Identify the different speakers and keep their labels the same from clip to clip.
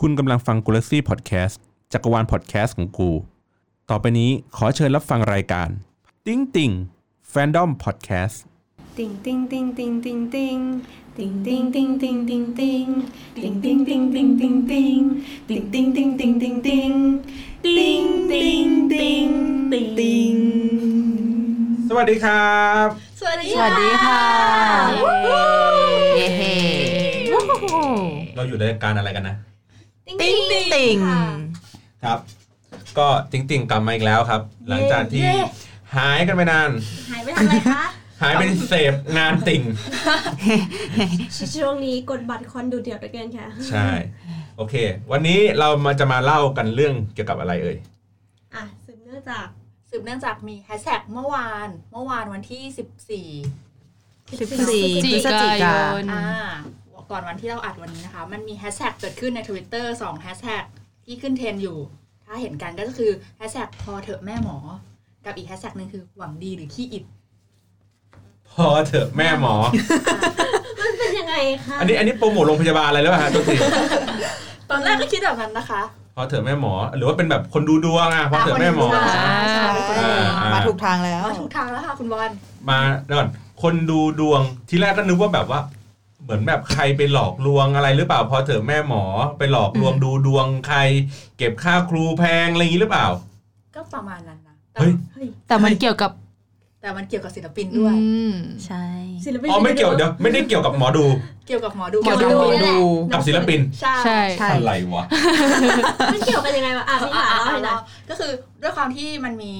Speaker 1: คุณกำลังฟังกูลักซี่พอดแคสต์จักรวาลพอดแคสต์ของกู ต่อไปนี้ขอเชิญรับฟังรายการ ติ้งติ่งแฟนดอมพอดแคสต์
Speaker 2: ติงติงติงติงติงติงติงติงติงติงติงติงติงติงติงติงติงติงติงติงติงติงติงติงติงติงติงติง
Speaker 1: สวัสดีครับ
Speaker 2: สวัสดี
Speaker 3: สวัสดีค่ะ เย้เฮ้
Speaker 1: เราอยู่ในรายการอะไรกันนะ
Speaker 3: ติ๊งติ๊ง
Speaker 1: ครับ ก็ติ้งติ่งกลับมาอีกแล้วครับ หลังจากที่
Speaker 4: เย้
Speaker 1: หายกันไปนาน
Speaker 4: หายไปทำอะไรคะ
Speaker 1: หายไปเส พงานติ่ง
Speaker 4: ช่วงนี้กดบัตรคอนดูเดือดเหลือเกินค่ะ
Speaker 1: ใช่ โอเค วันนี้เรามาจะมาเล่ากันเรื่องเกี่ยวกับอะไรเอ่ย
Speaker 4: อ่ะสืบเนื่องจาก
Speaker 5: สืบเนื่องจากมีแฮชแท็กเมื่อวาน เมื่อวานวันที่
Speaker 3: สิบสี่พฤศจิกายน
Speaker 5: 14 อ่า ก่อนวันที่เราอัดวันนี้นะคะ มันมีแฮชแท็กเกิดขึ้นใน Twitter 2แฮชแท็กที่ขึ้นเทรนด์อยู่ ถ้าเห็นกันก็คือแฮชแท็กพอเถอะแม่หมอ กับอีกแฮชแท็กหนึ่งคือหวังดีหรือขี้อิด
Speaker 1: พอเถอะแม่หมอ
Speaker 4: มันเป็นยังไงคะ
Speaker 1: อันนี้อันนี้โปรโมทโรงพยาบาลอะไรหรือเปล่าฮะตัวที
Speaker 5: ตอนแรกก็คิดแบบนั้นนะคะ
Speaker 1: พอเถอะแม่หมอ หรือว่าเป็นแบบคนดูดวงอ่ะพอเถอะแม่หมอ
Speaker 5: ะคนดูดวงใช่ใช่
Speaker 3: เอ
Speaker 1: อ่า
Speaker 3: อ
Speaker 1: อ่าม
Speaker 3: มาถูกทางแล้ว
Speaker 5: มาถูกทางแล้วค่ะคุณบอล
Speaker 1: มาเดี๋ยวก่อนคนดูดวงที่แรกก็นึกว่าแบบว่า เหมือนแบบใครไปหลอกลวงอะไรหรือเปล่าพอเถอะแม่หมอไปหลอกลวงดูดวงใคร เก็บค่าครูแพงอะไรอย่างนี้หรือเปล่า
Speaker 5: ก็ประมาณนั้นนะแต่
Speaker 1: เฮ้ย
Speaker 5: เฮ้ย
Speaker 6: แต่มันเกี่ยวกับ
Speaker 5: แต่มันเกี่ยวกับศิลปิน
Speaker 6: ด้
Speaker 5: ด้
Speaker 6: ว
Speaker 5: วย
Speaker 6: ย
Speaker 3: ใช่
Speaker 4: ศิลปิน
Speaker 1: อ๋อไม่เกี่ยวเดี๋ยวไม่ได้เกี่ยวกับหมอดู
Speaker 5: เกี่ยวกับหมอดู
Speaker 6: หมอดู
Speaker 5: ห
Speaker 6: หมอดู
Speaker 1: กับศิลปิน
Speaker 5: ใช่
Speaker 6: ใช่
Speaker 3: ใช่
Speaker 1: อะไรวะ
Speaker 4: มันเกี่ยวกันยังไงวะ อ่ะพี่
Speaker 5: อ่ะ
Speaker 4: หา
Speaker 5: อ่ะ
Speaker 4: เล่าให้หน่อ
Speaker 5: อ่ะ
Speaker 4: ย
Speaker 5: ก็คือด้วยความที่มันมี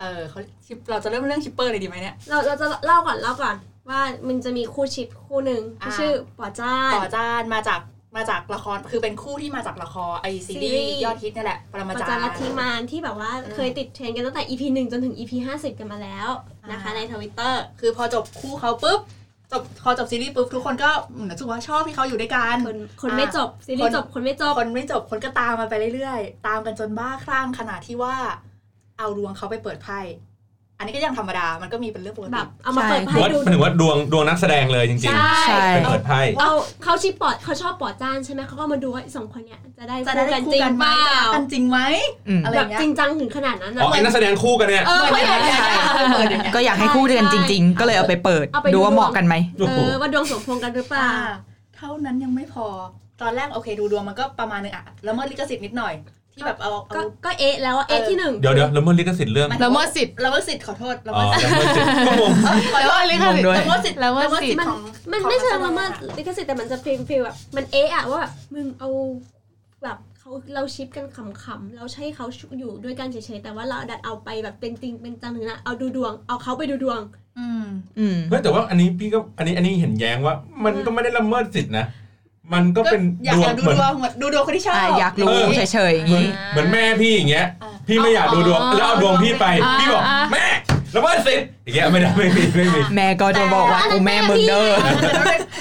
Speaker 5: เออเขาชิปเราจะเริ่มเรื่องชิปเปอร์เลยดีไหมเนี่ย
Speaker 4: เราเราจะเล่าก่อนเล่าก่อน ว่ามันจะมีคู่ชิปคู่หนึ่งที่
Speaker 5: อ่า
Speaker 4: ชื่อป๋อจ้าน
Speaker 5: ต่อจานมาจากมาจากละครคือเป็นคู่ที่มาจากละครไอซีรี
Speaker 4: ซีรี
Speaker 5: ส์
Speaker 4: ส์
Speaker 5: ยอดฮิตนี่แหละ ปรมา
Speaker 4: ป๋อ
Speaker 5: จารย์
Speaker 4: จ้านลัทธิมารที่แบบว่า
Speaker 5: อืม
Speaker 4: เคยติดเทรนด์กันตั้งแต่ EP 1 จนถึง EP 50 กันมาแล้วนะคะในทวิตเตอร์
Speaker 5: คือพอจบคู่เขาปุ๊บจบพอจบซีรีส์ปุ๊บทุกคนก็เหมือนรู้สึกว่าชอบที่เขาอยู่ด้วยกัน
Speaker 4: คนคนไม่จบซีรี
Speaker 5: ค
Speaker 4: ส์
Speaker 5: น
Speaker 4: จบคนไม่จบ
Speaker 5: คนไม่จบคนก็ตามมาไปเรื่อยๆ ตามกันจนบ้าคลั่งขนาดที่ว่า เอาดวงเขาไปเปิดไพ่อันนี้ก็ยังธรรมดามันก็มีเป็นเรื่องปก
Speaker 4: แบ
Speaker 5: ติ
Speaker 4: บเอามาเปิด
Speaker 3: ใช่
Speaker 4: ไพ่
Speaker 1: วัด
Speaker 4: ดู
Speaker 1: หมายถึงว่าดวงดวงนักแสดงเลยจริง
Speaker 3: ใช่
Speaker 1: ๆเป็นเปิดไพ่
Speaker 4: เอาเขาชิปปอดเขาชอบปอดจ้านใช่ไหมเขาก็มาดูว่าไอ้สองคนเนี้ยจะได้
Speaker 5: จะได้
Speaker 4: กัน
Speaker 5: คู่
Speaker 4: จริง
Speaker 5: กันไหม
Speaker 4: เปล่า
Speaker 5: จะรักกันจริงไหม
Speaker 3: อืม
Speaker 5: อะไร
Speaker 4: แบบจริงจังถึงขนาดนั้นนะ
Speaker 1: อ๋อไอ้นักแสดงคู่กันเนี่ย
Speaker 4: เออเขาอยากได้
Speaker 5: เปิดอย่างเงี้ย
Speaker 3: ก็อยากให้คู่เดือนจริง ๆ ก็เลยเอาไปเปิด
Speaker 4: เอาไปดู
Speaker 3: ดูว่าเหมาะกันไหม
Speaker 1: โอ้
Speaker 4: เอ
Speaker 1: โห
Speaker 4: อว่าดวงสมพงษ์กันหรือเปล่า
Speaker 5: อ่าเท่านั้นยังไม่พอ ตอนแรกโอเคดูดวงมันก็ประมาณนึงอะแล้วเมื่อลิขสิทธิ์นิดหน่อย ที่แบบเอา
Speaker 4: ก็
Speaker 5: เอา
Speaker 4: ก็เอะแล้วอะเอะ
Speaker 5: เออ
Speaker 4: ที่หนึ่ง
Speaker 1: เดี๋ยวเดี๋ยวแล้วเมื่อลิขสิทธิ์เรื่อง
Speaker 6: ละเมิดสิทธิ์
Speaker 5: ละเมิดสิทธิ์ขอโทษละ
Speaker 1: อ๋อ
Speaker 5: เมิดสิทธิ์
Speaker 1: แล้วเมื่อสิทธิ์ก็งง
Speaker 5: ขอโทษลิขสิทธิ์
Speaker 3: งงด้ว
Speaker 5: ละเมิ
Speaker 3: ย
Speaker 5: ดสิทธิ์
Speaker 6: ละเมิดสิทธิ์
Speaker 4: มัน
Speaker 5: ของ
Speaker 4: มัน
Speaker 5: ของ
Speaker 4: ไม่เชิง
Speaker 5: นั
Speaker 4: ละ
Speaker 5: กแสด
Speaker 4: เมิดลิขสิทธิ์แต่มันจะฟิลฟิลแบบมันเอะอะว่าแบบมึงเอาแบบเขาเราชิปกันขำๆเราใช้เขาอยู่ด้วยกันเฉยๆแต่ว่าเราดันเอาไปแบบเป็นจริงเป็นจังถึงนะเอาดูดวงเอาเขาไปดูดวง
Speaker 5: อืม
Speaker 3: อืม
Speaker 1: เฮ้ยแต่ว่าอันนี้พี่ก็อันนี้อันนี้เห็นแย้งว่า มันก็ไม่ได้ละเมิดสิทธินะ มันก็เป็น
Speaker 5: อยาก
Speaker 1: ดวง
Speaker 5: ดู
Speaker 1: เหมือน
Speaker 5: ดวงเหมือนดูดวงคนที่ชอบ
Speaker 3: อ่ะอยากรู้
Speaker 1: เออ
Speaker 3: เฉยๆอย่างนี้
Speaker 1: เหมือนแม่พี่อย่างเงี้ย
Speaker 5: อ่า
Speaker 1: พี่ไม่อยากดูดวงแล้วเอาดวงพี่ไป
Speaker 6: อ่า
Speaker 1: พี่บอก
Speaker 6: อ่า
Speaker 1: แม่ละเมิดสิทธิ์อย่างเงี้ยไม่ได้ ไม่มีไม่มี
Speaker 3: แม่ก็จะบอกว่า
Speaker 4: แต่
Speaker 3: กูแม่มึงเด้อ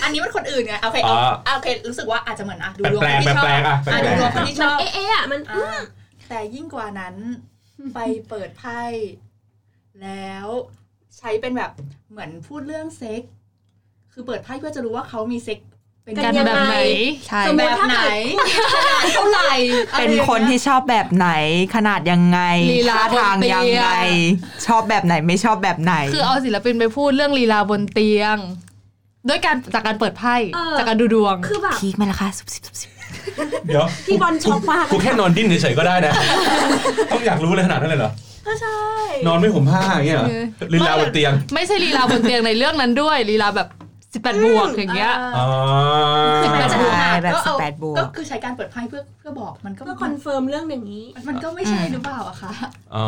Speaker 5: อันนี้มันคนอื่นไงเอาไป
Speaker 1: อ๋อ
Speaker 5: เอาโอเครู้สึกว่าอาจจะเหมือนอะดูดวง
Speaker 1: แปล
Speaker 5: ค
Speaker 1: ก
Speaker 5: น
Speaker 1: แปลกแป
Speaker 5: ที่ชอบ
Speaker 1: ลกๆอ่ะแปล
Speaker 5: อะ
Speaker 1: ก
Speaker 5: ดู
Speaker 1: แปล
Speaker 5: ดวง
Speaker 1: ก
Speaker 5: คนที่ช
Speaker 4: มัน
Speaker 5: อบ
Speaker 4: เอะเอะอะมัน
Speaker 5: อ่าแต่ยิ่งกว่านั้นไปเปิดไพ่แล้วใช้เป็นแบบเหมือนพูดเรื่องเซ็กส์คือเปิดไพ่เพื่อจะรู้ว่าเขามีเซ็กส์เป็น
Speaker 6: กันแบบไหน
Speaker 3: ใช่
Speaker 4: สม
Speaker 5: แบ
Speaker 4: มุติ
Speaker 5: บไหนขนาดเท่าไหร่อะไร
Speaker 3: เป็
Speaker 5: อ
Speaker 3: น
Speaker 5: ย่างงี้ย
Speaker 3: คนที่ชอบแบบไหน ขนาดยังไง
Speaker 6: ลีลา
Speaker 3: ท่ทางยังไง
Speaker 6: บนเตี
Speaker 3: ชอบแบบไหนไม่ชอบแบบไหน
Speaker 6: คือเอาศิลปินไปพูดเรื่องลีลาบนเตียง ด้วยการจากการเปิดไพ่
Speaker 4: เออ
Speaker 6: จากการดูดวง
Speaker 4: คือแบบ
Speaker 3: พีคไหมล่ะคะสุบสิบสุบสิบ
Speaker 1: ๆเดี๋ยว
Speaker 4: พี่บอลช็อกมาก
Speaker 1: กูแค่นอนดิ้นเฉยๆก็ได้นะ ต้องอยากรู้เลยขนาดนั้นเลยเหรอ
Speaker 5: ก็ใช่
Speaker 1: นอนไม่ห่มผ้าอย่างเงี้ยเหรอ
Speaker 6: เออ
Speaker 1: ลีลาบนเตียง
Speaker 6: ไม่ใช่ลีลาบนเตียงในเรื่องนั้นด้วยลีลาแบบ 18 บวกอย่างเงี้ย
Speaker 1: อ๋อ
Speaker 5: สิบแปดบวก
Speaker 3: แบบ
Speaker 5: ก็
Speaker 3: สิบ
Speaker 5: เอา
Speaker 3: แปดบว
Speaker 5: ก็
Speaker 3: ก
Speaker 5: คือใช้การเปิดไพ่เพื่อเพื่อบอกมันก็
Speaker 4: ก็คอนเฟิร์มเรื่องอย่างนี้
Speaker 5: มันก็ไม่ใช่หรือเปล่าอะคะ
Speaker 1: อ๋อ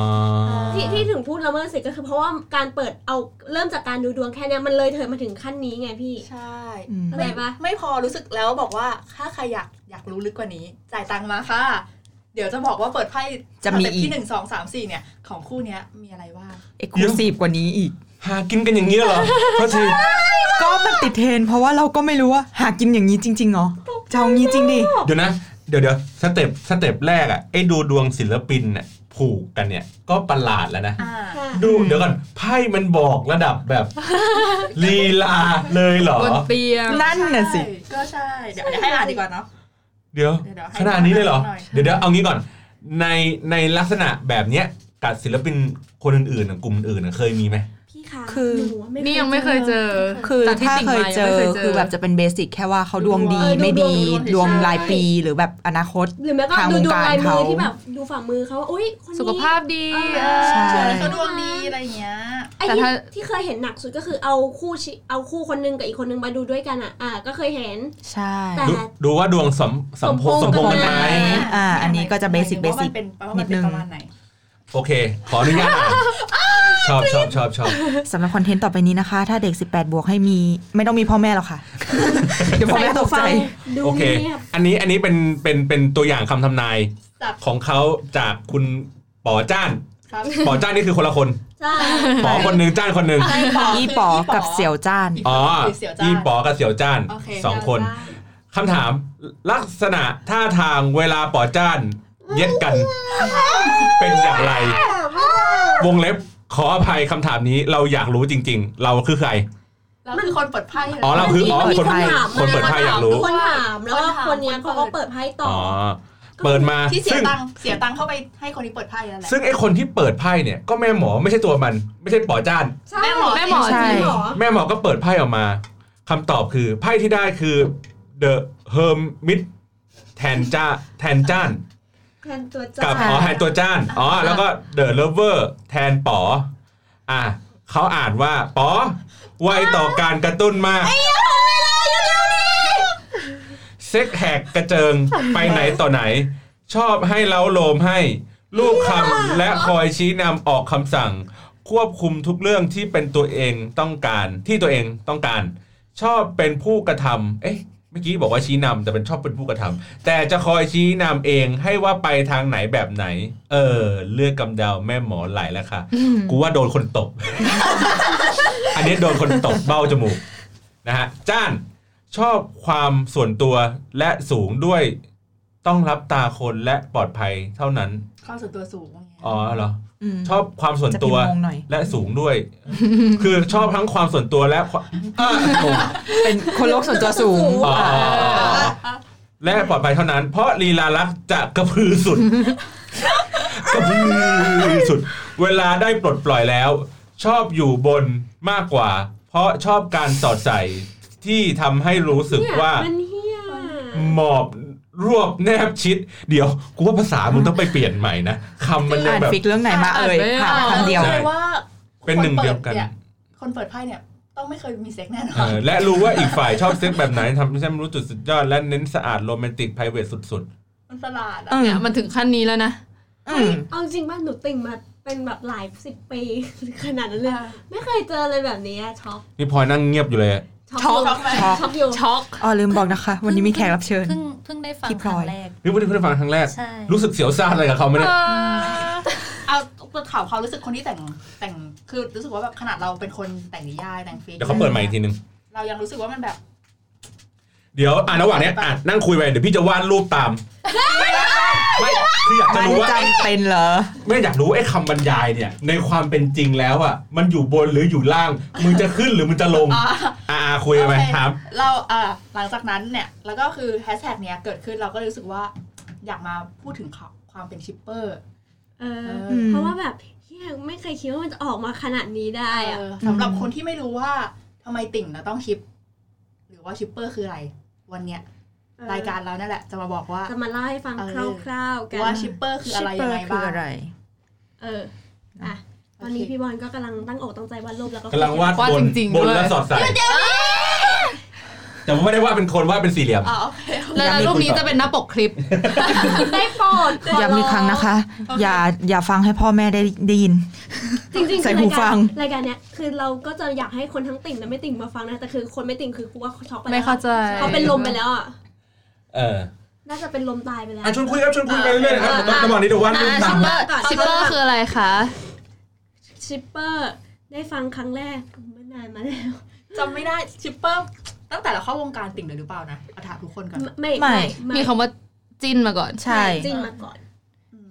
Speaker 4: ที่ที่ถึงพูดละเมิดสิทธิ์ก็คือเพราะว่าการเปิดเอาเริ่มจากการดูดวงแค่เนี้ยมันเลยเถิดมาถึงขั้นนี้ไงพี่
Speaker 5: ใช่
Speaker 3: อืม
Speaker 4: อะไรปะ
Speaker 5: ไม่พอรู้สึกแล้วบอกว่าถ้าใครอยากอยากรู้ลึกกว่านี้ จ่ายตังค์มาค่ะ เดี๋ยวจะบอกว่าเปิดไพ่
Speaker 3: จะมี
Speaker 5: สเต็ป
Speaker 3: อีก
Speaker 5: ที่หนึ่งสองสามสี่เนี่ย ของคู่เนี้ยมีอะไรว่าง
Speaker 3: เอ็กซ์คลูซีฟกว่านี้อีก
Speaker 1: หากินกันอย่างเงี้ยเหรอเพราะที
Speaker 3: ก็มันติดเทรนด์เพราะว่าเราก็ไม่รู้ว่าหากินอย่างนี้จริงๆเหรอจะเอางี้จริงดิ
Speaker 1: เดี๋ยวนะ เดี๋ยวเดี๋ยวสเต็ปสเต็ปแรกอ่ะไอ้ดูดวงศิลปินเนี่ยผูกกันเนี่ย ก็ประหลาดแล้วนะ
Speaker 5: อ่า
Speaker 4: ค่ะ
Speaker 1: ดู
Speaker 3: อืม
Speaker 1: เดี๋ยวก่อนไพ่มันบอกระดับแบบ ลีลาเลยเหรอ
Speaker 6: บนเตียง
Speaker 3: นั่นน่ะสิ
Speaker 5: ใช่ก็ใช่ เดี๋ยวเดี๋ยวให้อ่านดีกว่าเนาะ
Speaker 1: เดี๋ยว
Speaker 5: เดี๋ยวๆให้
Speaker 1: ขนาดนี้เลยเหรอ
Speaker 5: หน่อย
Speaker 1: เดี๋ยวเดี๋ยวเอางี้ก่อน ในในลักษณะแบบเนี้ยกับศิลปินคนอื่นๆอะกลุ่มอื่นๆอะเคยมีไหม
Speaker 4: พี่คะ
Speaker 3: คือ
Speaker 4: หนูอะ
Speaker 6: นี่ยังไม่เคยเจอ
Speaker 3: คือ
Speaker 6: จากที่
Speaker 3: ถ้า
Speaker 6: ติ่ง
Speaker 3: เคย
Speaker 6: มายัง
Speaker 3: เจ
Speaker 6: ไม่
Speaker 3: อ
Speaker 6: เคยเจอ
Speaker 3: คือแบบจะเป็นเบสิกแค่ว่าเขาดวงดี
Speaker 5: เออดวง
Speaker 3: ไม่ดี
Speaker 5: ด
Speaker 3: ด
Speaker 5: ว
Speaker 3: ว
Speaker 5: ง
Speaker 3: ง
Speaker 5: ดวง
Speaker 3: รายปีหรือแบบอนาคต
Speaker 4: หรือแม้ก็
Speaker 3: ทาง
Speaker 4: ดู
Speaker 3: วง
Speaker 4: ดวง
Speaker 3: การ
Speaker 4: ลายมือ
Speaker 3: เขา
Speaker 4: ที่แบบดูฝ่ามือเขาว่าอุ้ยคนนี้
Speaker 6: สุขภาพดี
Speaker 4: เออ
Speaker 6: เออ
Speaker 3: ใช่
Speaker 5: เออเขาดวงดีอะไรอย่างเงี้ย
Speaker 4: ไอ้
Speaker 6: แต่
Speaker 4: ที่
Speaker 6: ถ้า
Speaker 4: ที่เคยเห็นหนักสุดก็คือเอาคู่ชิเอาคู่คนนึงกับอีกคนนึงมาดูด้วยกันอ่ะอ่าก็เคยเห็น
Speaker 3: ใช่
Speaker 4: แต่
Speaker 1: ดูดูว่าดวงสมสมพงส
Speaker 4: ส
Speaker 1: ม
Speaker 4: ม
Speaker 1: พ
Speaker 4: พ
Speaker 1: ง
Speaker 4: งษ์
Speaker 1: กันไหม
Speaker 3: อ่า อันนี้ก็จะเบสิกเบ
Speaker 5: ว่า
Speaker 3: สิ
Speaker 5: มัน
Speaker 3: ก
Speaker 5: เป็นว่ามันเป็นประมาณไหน
Speaker 1: โอเค ขออนุญาต อ่านชอบชอบชอบชอบ
Speaker 3: สำหรับคอนเทนต์ต่อไปนี้นะคะ ถ้าเด็ก 18 บวกให้มี ไม่ต้องมีพ่อแม่หรอกค่ะ เดี๋ยวพ่อแม่ตกใจ
Speaker 4: ดู
Speaker 1: โอเค
Speaker 4: เงียบ
Speaker 1: อันนี้อันนี้เป็นเป็นเป็นตัวอย่างคำทำนาย
Speaker 5: จับ
Speaker 1: ของเขาจากคุณป๋อ จ้าน
Speaker 5: ครับ
Speaker 1: ป๋อจ้านนี่คือคนละคน
Speaker 4: ใช่
Speaker 1: ป๋อคนหนึ่งจ้านคนหนึ่ง
Speaker 3: อีป๋อกับเสี่ยวจ้าน
Speaker 1: อ๋อ
Speaker 5: คือเสี่ยวจ้าน
Speaker 1: อีป๋อกับเสี่ยวจ้าน
Speaker 5: โอเค
Speaker 1: สองคนคำถามลักษณะท่าทางเวลาป๋อจ้าน เย็ดกัน เป็นอย่างไร วงเล็บขออภัยคำถามนี้เราอยากรู้จริง ๆ เราคือใคร
Speaker 5: เราคือคนเปิดไพ่
Speaker 1: อ๋อเราคืออ๋อคน
Speaker 3: ไพ่
Speaker 1: คนเปิดไพ่อยากรู้
Speaker 4: คนถามแล้วก็คนเนี้ยเขาก็เปิดไพ่ต่
Speaker 1: อ๋อเปิดมา
Speaker 5: ที่เสีย
Speaker 1: ซึ่ง
Speaker 5: ตังค์เสียตังค์เข้าไปให้คนที่เปิดไพ่นั่นแหละ
Speaker 1: ซึ่งไอคนที่เปิดไพ่เนี่ยก็แม่หมอไม่ใช่ตัวมัน ไม่ใช่ป๋อจ้าน
Speaker 4: ใช่
Speaker 5: แม่หมอ
Speaker 6: แม่หมอ
Speaker 3: ใช่
Speaker 6: จริง
Speaker 4: หมอ
Speaker 1: แม่หมอก็เปิดไพ่ออกมาคำตอบคือไพ่ที่ได้คือ The Hermit แทนจ้าแทนจ้าน
Speaker 4: แทนตัว
Speaker 1: กั
Speaker 4: จ้า
Speaker 1: บอ๋อแทนตัวจ้านอ๋อแล้วก็ The Lover แทนป๋ออ่ะเขาอ่านว่าป๋อไวต่อการกระตุ้นมากเซ็กแหกกระเจิงไปไหนต่อไหน ชอบให้เล้าโลมให้ ลูกคำและคอยชี้นำออกคำสั่ง ควบคุมทุกเรื่องที่เป็นตัวเองต้องการที่ตัวเองต้องการ ชอบเป็นผู้กระทำเอ๊ะ เมื่อกี้บอกว่าชี้นำแต่เป็นชอบเป็นผู้กระทำแต่จะคอยชี้นำเองให้ว่าไปทางไหนแบบไหน เออ เลือกกำเดาแม่หมอไหลแล้วค่ะ กูว่าโดนคนตบ อันนี้โดนคนตบเบ้าจมูกนะฮะจ้านชอบความส่วนตัวและสูงด้วยต้องรับตาคนและปลอดภัยเท่านั้น
Speaker 5: ความส่วนตัวสูงอย่างเงี้ย
Speaker 1: อ๋อเหรอ
Speaker 3: ม
Speaker 1: ชอบความส่วน
Speaker 3: จะ
Speaker 1: ตั
Speaker 3: พิม
Speaker 1: ว
Speaker 3: พ์งงหน่อย
Speaker 1: และสูงด้วย คือชอบทั้งความส่วนตัวและความ อ่ะงง
Speaker 3: เป็นคนโลกส่วนตัวสูง
Speaker 1: อ๋อ และปลอดภัยเท่านั้น เพราะลีลาลักษณ์จะกระพือสุด กระพือสุด เวลาได้ปลดปล่อยแล้ว ชอบอยู่บนมากกว่า เพราะชอบการสอดใส่ที่ทำให้รู้สึก
Speaker 4: เนี่ย
Speaker 1: ว่า
Speaker 4: นเฮีย
Speaker 1: หมอบรวบแนบชิด เดี๋ยวกูว่าภาษามึงต้องไปเปลี่ยนใหม่นะคำมันยัง
Speaker 3: อ่าน
Speaker 1: แบบ
Speaker 3: ฟิกเรื่องไหนมาเอ่ย
Speaker 6: อ่านไม่
Speaker 3: ถาม
Speaker 6: ออก
Speaker 3: คำเดียว
Speaker 5: แสดงว่า
Speaker 1: เป็นหนึ่งเดียวกัน
Speaker 5: คคนเปิดไพ่เนี่ย ต้องไม่เคยมีเซ็กแน่นอ
Speaker 1: เอน อและรู้ว่าอีกฝ่ายชอบเซ็กแบบไหนทำให้ฉันรู้จุดสุดยอดและเน้นสะอาดโรแมนติกไพรเวทสุด
Speaker 5: มันประหลาด
Speaker 3: อื
Speaker 5: อะ
Speaker 3: ม
Speaker 6: เนี่ยมันถึงขั้นนี้แล้วนะ
Speaker 3: อืม
Speaker 4: เอาจริงป่ะหนูติ่งมาเป็นแบบหลายสิบปี ขนาดนั้นเลย ไม่เคยเจอเลยแบบนี้อะช็อก
Speaker 1: ๆ นี่พลอยนั่งเงียบอยู่เลย
Speaker 4: ช็อกอยู่ช็อกอยู่
Speaker 6: ช็อก
Speaker 3: อ๋อลืมบอกนะคะ วันนี้มีแขกรับเชิญ
Speaker 7: เพิ่งเพิ่งได้ฟัง
Speaker 3: พี่
Speaker 7: ค
Speaker 3: พล
Speaker 7: รั้
Speaker 3: อย
Speaker 7: งแรก
Speaker 1: นี่เพิ่งได้ฟังครั้งแรก
Speaker 7: ใช่
Speaker 1: รู้สึกเสียวซ่านอะไรกับเขาไหมเนี่ย
Speaker 5: เอาถามความรู้สึกคนที่แต่งแต่งคือรู้สึกว่าแบบขนาดเราเป็นคนแต่งนิยายแต่งฟิก
Speaker 1: เดี๋ยวเขาเปิดใหม่อีกทีนึง
Speaker 5: เรายังรู้สึกว่ามันแบบ
Speaker 1: เดี๋ยวอ่านระหว่างเนี้ยอ่านนั่งคุยไปเดี๋ยวพี่จะวาดรูปตาม ไม่คืออยากจะ
Speaker 3: มัน
Speaker 1: รู้ว่า
Speaker 3: จำเป็นเหรอ
Speaker 1: ไม่อยากรู้ไอ้คำบรรยายเนี่ย ในความเป็นจริงแล้วอ่ะ มันอยู่บนหรืออยู่ล่าง มึงจะขึ้นหรือมึงจะลง
Speaker 5: อ่า
Speaker 1: อ่าคุยกันไป
Speaker 5: โอเค
Speaker 1: ถาม
Speaker 5: เราอ่าหลังจากนั้นเนี่ยแล้วก็คือแฮชแท็กเนี้ยเกิดขึ้นเราก็เลยรู้สึกว่า อยากมาพูดถึงข่าวความเป็นชิปเปอร์
Speaker 4: เออ
Speaker 5: เออ
Speaker 3: ม
Speaker 4: เพราะว่าแบบเฮียไม่เคยคิดว่ามันจะออกมาขนาดนี้ได้อะ
Speaker 5: เออสำหรับคนที่ไม่รู้ว่าทำไมติ่งเราต้องชิป หรือว่าชิปเปอร์คืออะไร วันเนี้ยรายการเรานั่นแหละจะมาบอกว่า
Speaker 4: จะมาเล่าให้ฟัง
Speaker 5: เออ
Speaker 4: คร่าวๆกัน
Speaker 5: ว่าชิปเปอร์คืออะไรยังไงบ้าง
Speaker 4: เอออ่ะตอนนี้พี่บอลก็กำลังตั้งอกตั้งใจวาดรูปแล้วก็
Speaker 1: กำลังวาด
Speaker 6: วาด
Speaker 1: บน
Speaker 6: จริงๆ
Speaker 1: บน
Speaker 6: ด้วย
Speaker 1: และสอดใส่แต่ว่าไม่ได้วาดเป็นคนวาดเป็นสี่เหลี่ยม
Speaker 5: อ๋อโอเคโอเค
Speaker 6: แล้วรูปนี้จะเป็นหน้าปกคลิป
Speaker 4: ได้โปรดขร้ง
Speaker 3: ย้ำอีกครั้งนะคะ อย่าอย่าฟังให้พ่อแม่ได้ได้ยิน
Speaker 4: จริงๆ
Speaker 3: ใส่
Speaker 4: คือ
Speaker 3: หู
Speaker 4: ราย
Speaker 3: ฟั
Speaker 4: การ
Speaker 3: ง
Speaker 4: รายการเนี้ยคือเราก็จะอยากให้คนทั้งติ่งและไม่ติ่งมาฟังนะแต่คือคนไม่ติ่งคือกูว่าเขาช็อกไป
Speaker 6: ไม่
Speaker 4: แล้ว
Speaker 6: เข้าใจ
Speaker 4: เขาเป็นลมไปแล้วอ่ะ
Speaker 1: เออ
Speaker 4: น่าจะเป็นลมตายไปแล้ว
Speaker 1: อ่ะชวนคุยครับชวนคุยไปเรื่อยๆครับ
Speaker 4: อ่า
Speaker 1: ระหว่างนี้เดี๋ยววาดรูปตาม
Speaker 6: ชิปเปอร์
Speaker 4: ก่อน
Speaker 6: ชิปเปอร์คืออะไรคะ
Speaker 4: ชิปเปอร์ได้ฟังครั้งแรกเมื่อนานมาแล้ว
Speaker 5: จำไม่ได้ชิปเปอร์ตั้งแต่เราเข้าวงการติ่งเลยหรือเปล่านะเอาถามทุกคนก่อน
Speaker 4: ไม่
Speaker 3: ไม่
Speaker 6: มีคำว่าจิ้นมาก่อน
Speaker 3: ใช่
Speaker 4: จริงมาก่อน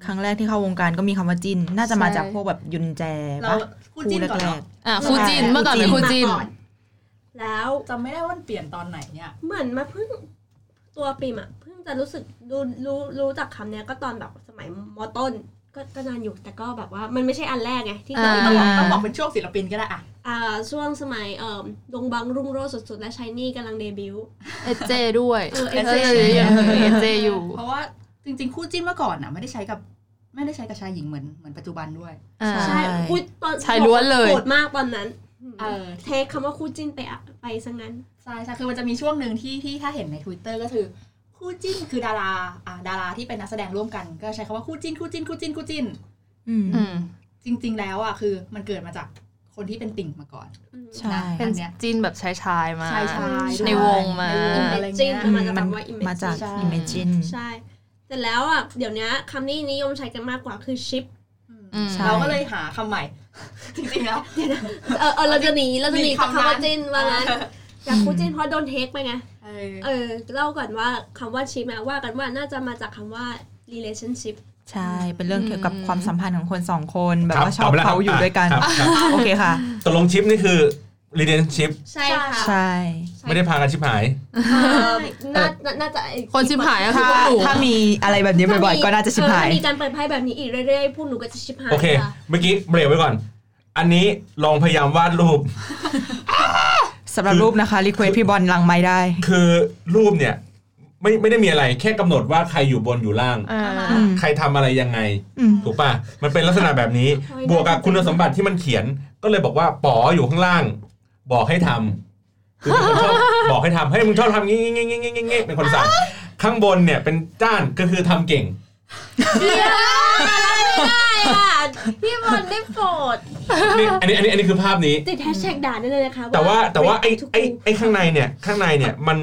Speaker 3: ครั้งแรกที่เข้าวงการก็มีคำว่าจิน น่าจะมา
Speaker 6: ใช่
Speaker 3: จากพวกแบบยุนแจ
Speaker 5: เรา
Speaker 3: ปะ
Speaker 5: คู่จิ้นก่อน
Speaker 3: แร
Speaker 5: เนาะ
Speaker 3: ก
Speaker 6: อ่ะคู่จิ้น
Speaker 3: ใช่
Speaker 6: เมื่อก่อนเป็นคู่จิ้น
Speaker 4: มาก่อน แล้ว
Speaker 5: จำไม่ได้ว่ามันเปลี่ยนตอนไหนเนี่ย
Speaker 4: เหมือนมาเพิ่งตัวปิมอะเพิ่ง จะรู้สึกรู้รู้รู้จักคำเนี้ยก็ตอนแบบสมัยมต้นก็ก็นานอยู่แต่ก็แบบว่ามันไม่ใช่อันแรกไงที่เรา
Speaker 6: อ่า
Speaker 4: ต้องบอก
Speaker 5: ต้องบอกเป็นช่วงศิลปินก็ได้อะ
Speaker 4: อ่าช่วงสมัยเอ่อดงบังรุ่งโรจน์สุดๆ และชายนี่กำลังเดบิวต์
Speaker 6: เอเจด้วย
Speaker 4: เออ
Speaker 6: เอเจยังเหลือเอเจอยู่
Speaker 5: เพราะว่าจริงๆคู่จิ้นเมื่อก่อนอ่ะไม่ได้ใช้กับไม่ได้ใช้กับชายหญิงเหมือนเหมือนปัจจุบันด้วย
Speaker 6: อ่า
Speaker 4: ใช่พูดตอน
Speaker 6: ชายล้วนเลย
Speaker 4: โกรธมากตอนนั้น
Speaker 5: เออ
Speaker 4: เทคคำว่าคู่จิ้นไปอะไปซะงั้น
Speaker 5: ใช่ใช่คือมันจะมีช่วงหนึ่งที่ที่ถ้าเห็นใน Twitter ก็คือคู่จิ้นคือดาราอ่าดาราที่เป็นนักแสดงร่วมกันก็ใช้คำว่าคู่จิ้นคู่จิ้นคู่จิ้นคู่จิ้น
Speaker 3: อืม
Speaker 6: อืม
Speaker 5: จริง ๆ แล้วอ่ะคือมันเกิดมาจากคนที่เป็นติ่งมาก่อน
Speaker 3: ใช่
Speaker 5: อั
Speaker 6: เป็น
Speaker 5: เนี้ย
Speaker 6: จีนแบบชายชายๆมา
Speaker 5: ชายชาย
Speaker 6: ในวงมา
Speaker 5: ในวงอะไร
Speaker 4: จริ
Speaker 5: เงี้
Speaker 4: ง
Speaker 5: ย
Speaker 4: มันมาจากคำว่า image
Speaker 3: มาจาก
Speaker 5: ใช่
Speaker 3: imagine
Speaker 4: ใช่แต่แล้วอ่ะเดี๋ยวนี้คำนี้นิยมใช้กันมากกว่าคือชิป
Speaker 6: อืม
Speaker 3: ใช่
Speaker 5: เราก็เลยหาคำใหม่ จริงๆแล้ว
Speaker 4: เออเออเราจะหนีเราจะหนี
Speaker 5: หนี
Speaker 4: จาก
Speaker 5: คำ
Speaker 4: คำว่า
Speaker 5: นั้น
Speaker 4: จิ้นว่างั้นจากคู่จิ้นเพราะโดนเทคไปไง
Speaker 5: เออ
Speaker 4: เออเล่าก่อนว่าคำว่าชิปนะว่ากันว่าน่าจะมาจากคำว่า relationship
Speaker 3: ใช่ เป็นเรื่องเกี่ยวกับ
Speaker 6: อืม
Speaker 3: ความสัมพันธ์ของคนสองคน แบบ
Speaker 1: ครั
Speaker 3: ว่าชอ
Speaker 1: ต
Speaker 3: บ
Speaker 1: ไปแล้ว
Speaker 3: เขาอยู่ด้วยกัน
Speaker 1: ครับครับ
Speaker 3: โอเคค่ะ
Speaker 1: ตกลงชิปนี่คือ relationship
Speaker 4: ใช่
Speaker 3: ใช่
Speaker 1: ไม่ได้พากันชิปหาย
Speaker 4: เออน่าน่าน่าจะไอ้
Speaker 6: คนชิบหายอะคือ
Speaker 3: ถ้า
Speaker 6: พวกหนู
Speaker 3: ถ้ามีอะไรแบบนี้บ่อยๆ ก็น่าจะชิบหา
Speaker 4: เอ
Speaker 3: ย
Speaker 4: อถ้มีการเปิดไพ่แบบนี้อีกเรื่อยๆพวกหนูก็จะชิบหาย
Speaker 1: โอเค
Speaker 4: ค่ะ
Speaker 1: เมื่อกี้เบรกไว้ก่อน อันนี้ลองพยายามวาดรูป
Speaker 3: สำหรับรูปนะคะ รีเควสพี่บอลลังไม้ได้
Speaker 1: คือรูปเนี่ยไม่ไม่ได้มีอะไรแค่กำหนดว่าใครอยู่บนอยู่ล่าง
Speaker 6: อ่า
Speaker 1: ใครทำอะไรยังไง
Speaker 3: อืม
Speaker 1: ถูกป่ะ มันเป็นลักษณะแบบนี้ บวกกับคุณสมบัติที่มันเขียน ก็เลยบอกว่าป๋ออยู่ข้างล่าง บอกให้ทำคือเป็นคนชอบ บอกให้ทำให้ยมึงชอบทำงี้งี้งี้งี้งี้เป็นคนสั่ งข้างบนเนี่ยเป็นจ้านก็คือทำเก่ง
Speaker 4: ใช่ค่ะพี่บอลได้โปรด
Speaker 1: นี่อันนี้อันนี้อันนี้คือภาพนี้
Speaker 4: ติดแฮชแท็กด่าได้เลยนะคะ
Speaker 1: แต่ว่าแต่ว่าไอ้
Speaker 4: ทุก
Speaker 1: ไอ้ไอ้ข้างใน เนี่ยข้างในเนี่ยมัน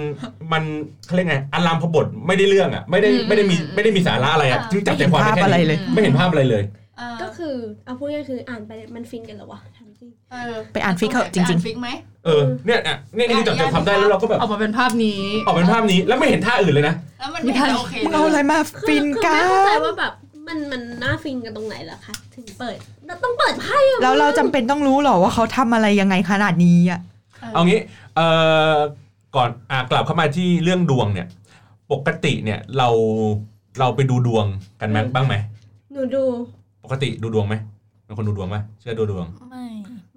Speaker 1: มันเขาเรียกไงอารามพบทไม่ได้เรื่องอ่ะไม่ได้ไม่ได้มีไม่ได้มีสาระอะไรอ่ะจึงจับใจความด้แค่
Speaker 3: ไม่เห็นภาพอะไร
Speaker 1: นี้
Speaker 3: เลย
Speaker 1: ไม่เห็นภาพอะไรเลย
Speaker 5: ก็
Speaker 4: ก็
Speaker 5: คือ
Speaker 4: คือเอาพูดง่ายๆคืออ่านไปมันฟินกันเหรอวะถามจริง
Speaker 5: เออ
Speaker 3: ไปอ่านฟิกเถอะจริง
Speaker 5: ๆฟิกไหม
Speaker 1: เออเนี่ยอ่ะเนี่ยนี่คือจับใจความได้แล้วเราก็แบบ
Speaker 6: ออกมาเป็นภาพนี้
Speaker 1: ออกเป็นภาพนี้แล้วไม่เห็นท่าอื่นเลยนะ
Speaker 5: แล้วมันไม่เห็นจะโอเค
Speaker 3: ๆ มึงเอาอะไร
Speaker 5: เลย
Speaker 3: มาฟินกั
Speaker 4: คือไม่เข้าใจ
Speaker 3: น
Speaker 4: ว่าแบบมันมันน่าฟินกันตรงไหนเหรอคะถึงเปิดเราต้องเปิดไพ่อะ
Speaker 3: แล้วเราจำเป็นต้องรู้เหรอว่าเขาทำอะไรยังไงขนาดนี้อ่ะ
Speaker 1: เอางี้เอ่อก่อนอ่ะกลับเข้ามาที่เรื่องดวงเนี่ย ปกติเนี่ยเราเราไปดูดวงกันไหมบ้างไหม
Speaker 4: หนูดู
Speaker 1: ปกติดูดวงไหมเป็นคนดูดวงไหมเชื่อดูดวง
Speaker 7: ไม่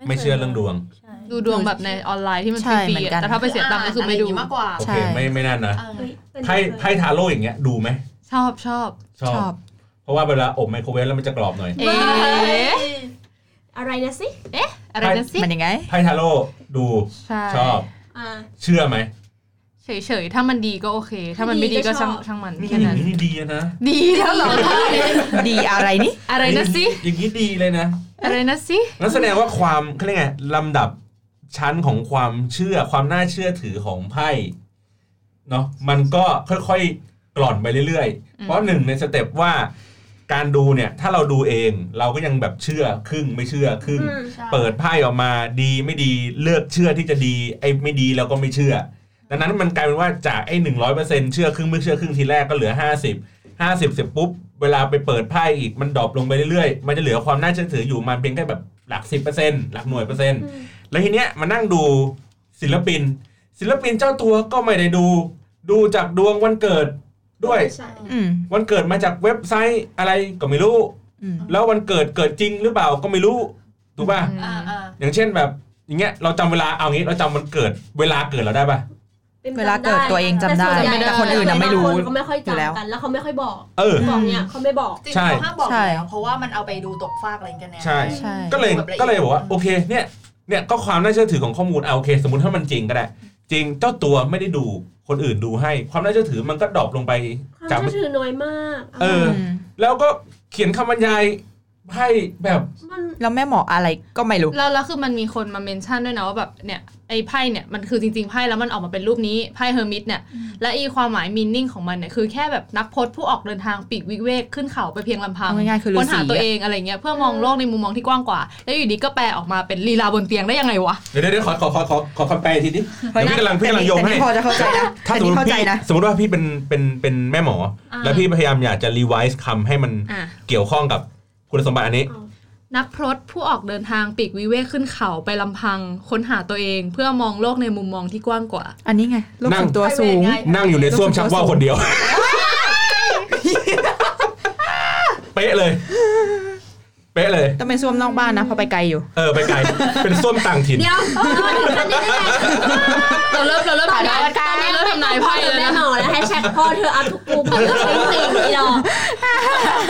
Speaker 1: ไม่เชื่อเรื่องดวง
Speaker 7: ใช่
Speaker 6: ดูดวงแบบในออนไลน์ที่มันฟ
Speaker 3: ใช่
Speaker 6: รี
Speaker 3: เหมือ
Speaker 6: ๆ
Speaker 3: นกัน
Speaker 6: แต่ถ้าไปเสียตังค์ก็คือไม่ดู
Speaker 5: ะรย่างงี้มากกว่า
Speaker 1: โอ
Speaker 3: ใช่
Speaker 1: เคไม่ไม่นั่นนะ
Speaker 5: เออ
Speaker 4: เฮ้ยเป็น
Speaker 1: ไพ่ไพ่ทาโร่อย่างเงี้ยดูไหม
Speaker 6: ชอบชอบ
Speaker 1: ชอ
Speaker 3: ชอ
Speaker 1: บบ เพราะว่าเวลาอบไมโครเวฟแล้วมันจะกรอบหน่อย
Speaker 6: เอ๊ะ
Speaker 4: อะไรนะสิ
Speaker 6: อะไรนะสิ
Speaker 3: มันยังไง
Speaker 1: ไพ่ทาโร่ดู
Speaker 6: ใช่
Speaker 1: ชอบ
Speaker 4: อ่า
Speaker 1: เชื่อไหม
Speaker 6: เฉยๆถ้ามันดีก็โอเค ถ้ามันไม่ดีก็
Speaker 4: ดีก็ช
Speaker 6: ช่า
Speaker 4: องบ
Speaker 6: ช่างมัน
Speaker 1: นี่
Speaker 6: แค่
Speaker 1: อย่า
Speaker 6: นั้
Speaker 1: ง
Speaker 6: น
Speaker 1: นี้นี่ดีนะ
Speaker 6: ดีแล้วเหรอ
Speaker 3: ดีอะไรนี่
Speaker 6: อะไรนะสิ
Speaker 1: อย่างนี้ดีเลยนะ
Speaker 6: อะไรนะสิ
Speaker 1: นั่นแสดงว่าความเขาเรียกไงลำดับชั้นของความเชื่อความน่าเชื่อถือของไพ่เนาะมันก็ค่อยๆกล่อนไปเรื่อยๆ เพราะหนึ่งในสเต็ปว่าการดูเนี่ยถ้าเราดูเองเราก็ยังแบบเชื่อครึ่งไม่เชื่อครึ่ง
Speaker 4: อืม
Speaker 1: เปิดไพ่ออกมาดีไม่ดีเลือกเชื่อที่จะดีไอ้ไม่ดีเราก็ไม่เชื่อ ดังนั้นมันกลายเป็นว่าจากไอ้หนึ่งร้อยเปอร์เซ็นเชื่อครึ่งไม่เชื่อครึ่งทีแรกก็เหลือห้าสิบห้าสิบเสร็จปุ๊บ เวลาไปเปิดไพ่อีกมันดรอปลงไปเรื่อยๆ มันจะเหลือความน่าเชื่อถืออยู่มันเป็นแค่แบบหลักสิบเปอร์เซ็นหลักหน่วยเปอร์เซ็นต์แล้วทีเนี้ยมานั่งดูศิลปิน ศิลปินเจ้าตัวก็ไม่ได้ดู ดูจากดวงวันเกิดด้วย
Speaker 4: ใช่
Speaker 3: อืม
Speaker 1: วันเกิดมาจากเว็บไซต์อะไรก็ไม่รู้
Speaker 3: อืม
Speaker 1: แล้ววันเกิดเกิดจริงหรือเปล่าก็ไม่รู้ถูกป่ะ
Speaker 5: อ่าอ่า
Speaker 1: อย่างเช่นแบบอย่างเงี้ยเราจำเวลาเอางี้เราจำวันเกิดเวลาเกิดเราได้ปะ
Speaker 4: ป็นไปไ
Speaker 3: เวลาเกิดตัวเองจำได้
Speaker 4: ส่วนใหญ่
Speaker 3: แต่คนอื่นน่ะไม่รู้
Speaker 4: คนเขาไม่ค่อย
Speaker 3: อยู่แล้ว
Speaker 4: จำกัน แล้วเขาไม่ค่อยบอก
Speaker 1: เออ
Speaker 4: บอกเนี่ยเขาไม่บอก
Speaker 5: จริงๆ
Speaker 1: ใช่
Speaker 5: เขาห้ามบอกอยู่แล้ว
Speaker 3: ใช่
Speaker 5: เพราะว่ามันเอาไปดูตกฟากอะไรกันแน่
Speaker 1: ใช่
Speaker 3: ใช่
Speaker 1: ก็เลย
Speaker 5: แบบละเอียด
Speaker 1: ก็เลยบอกว่าโอเคเนี่ยเนี่ยก็ความน่าเชื่อถือของข้อมูลเอาโอเค สมมติถ้ามันจริงก็ได้ จริงเจ้าตัวไม่ได้ดูคนอื่นดูให้ ความน่าเชื่อถือมันก็ดรอปลงไป
Speaker 4: ความ
Speaker 1: จาก
Speaker 4: เชื่อถือน้อยมาก
Speaker 1: เออ แล้วก็เขียนคำบรรยายให้แบบ
Speaker 4: มัน
Speaker 3: แล้วแม่หมออะไรก็ไม่รู้
Speaker 6: แล้วแล้วคือมันมีคนมาเมนชั่นด้วยนะว่าแบบเนี่ยไอ้ไพ่เนี่ยมันคือจริงๆไพ่แล้วมันออกมาเป็นรูปนี้ไพ่เฮอร์มิตเนี่ยและอีความหมายมีนิ่งของมันเนี่ยคือแค่แบบนักพจน์ผู้ออกเดินทางปีกวิเวกขึ้นเขาไปเพียงลำพัง
Speaker 3: เอาง่ายๆคือฤาษี
Speaker 6: ค้นหาตัวเองอะไรเงี้ยเพื่อมองโลกในมุมมองที่กว้างกว่า แล้วอยู่ดีก็แปลออกมาเป็นลีลาบนเตียงได้ยังไงวะ
Speaker 1: เดี๋ยวเดี๋ยวขอขอขอขอขอคำแปลทีนี้เดี๋ยวพี่กำลังพี่กำลังโยง
Speaker 3: แต่
Speaker 1: ให้
Speaker 3: นี่พอจะเข้าใจนะ
Speaker 1: ถ้า
Speaker 3: แต่
Speaker 1: สมมติ
Speaker 3: นี่เข้าใจ
Speaker 1: พี่
Speaker 3: นะ
Speaker 1: สมมติว่าพี่เป็นเป็นเป็นแม่หมอ แล้วพี่พยายามอยากจะรีไวซ์คำให้มัน
Speaker 6: อ่ะ
Speaker 1: เกี่ยวข้องกับคุณสมบัติอันนี้
Speaker 6: นักพรตผู้ออกเดินทางปีกวิเวกขึ้นเขาไปลำพังค้นหาตัวเอง เพื่อมองโลกในมุมมองที่กว้างกว่า
Speaker 3: อันนี้ไงโลก
Speaker 1: นั่ง
Speaker 3: ส่วนตัวสูง
Speaker 5: ไง
Speaker 1: นั่งอยู่ในส้วมชักว่าวคนเดียว เป๊ะเลย เป๊ะเลย
Speaker 3: ต้องไปซ่วมนอกบ้านนะเพราะไปไกลอยู่
Speaker 1: เออไปไกล เป็นส้วมต่างถิ่น
Speaker 4: เดี๋ยวเราถึงขั้นนี้ได้ไง
Speaker 6: เราเริ่มเราเริ่ม
Speaker 3: ขอ
Speaker 6: ทำ
Speaker 3: โทษ
Speaker 6: นาย
Speaker 3: ค่ะ
Speaker 6: ตอนนี้เริ่มทำนายไพ่แล้ว
Speaker 4: แม่
Speaker 6: นะ
Speaker 4: หมอแล้วแฮชแท็กพ่อเธออัพทุกกลุ่มจริงๆอีดอก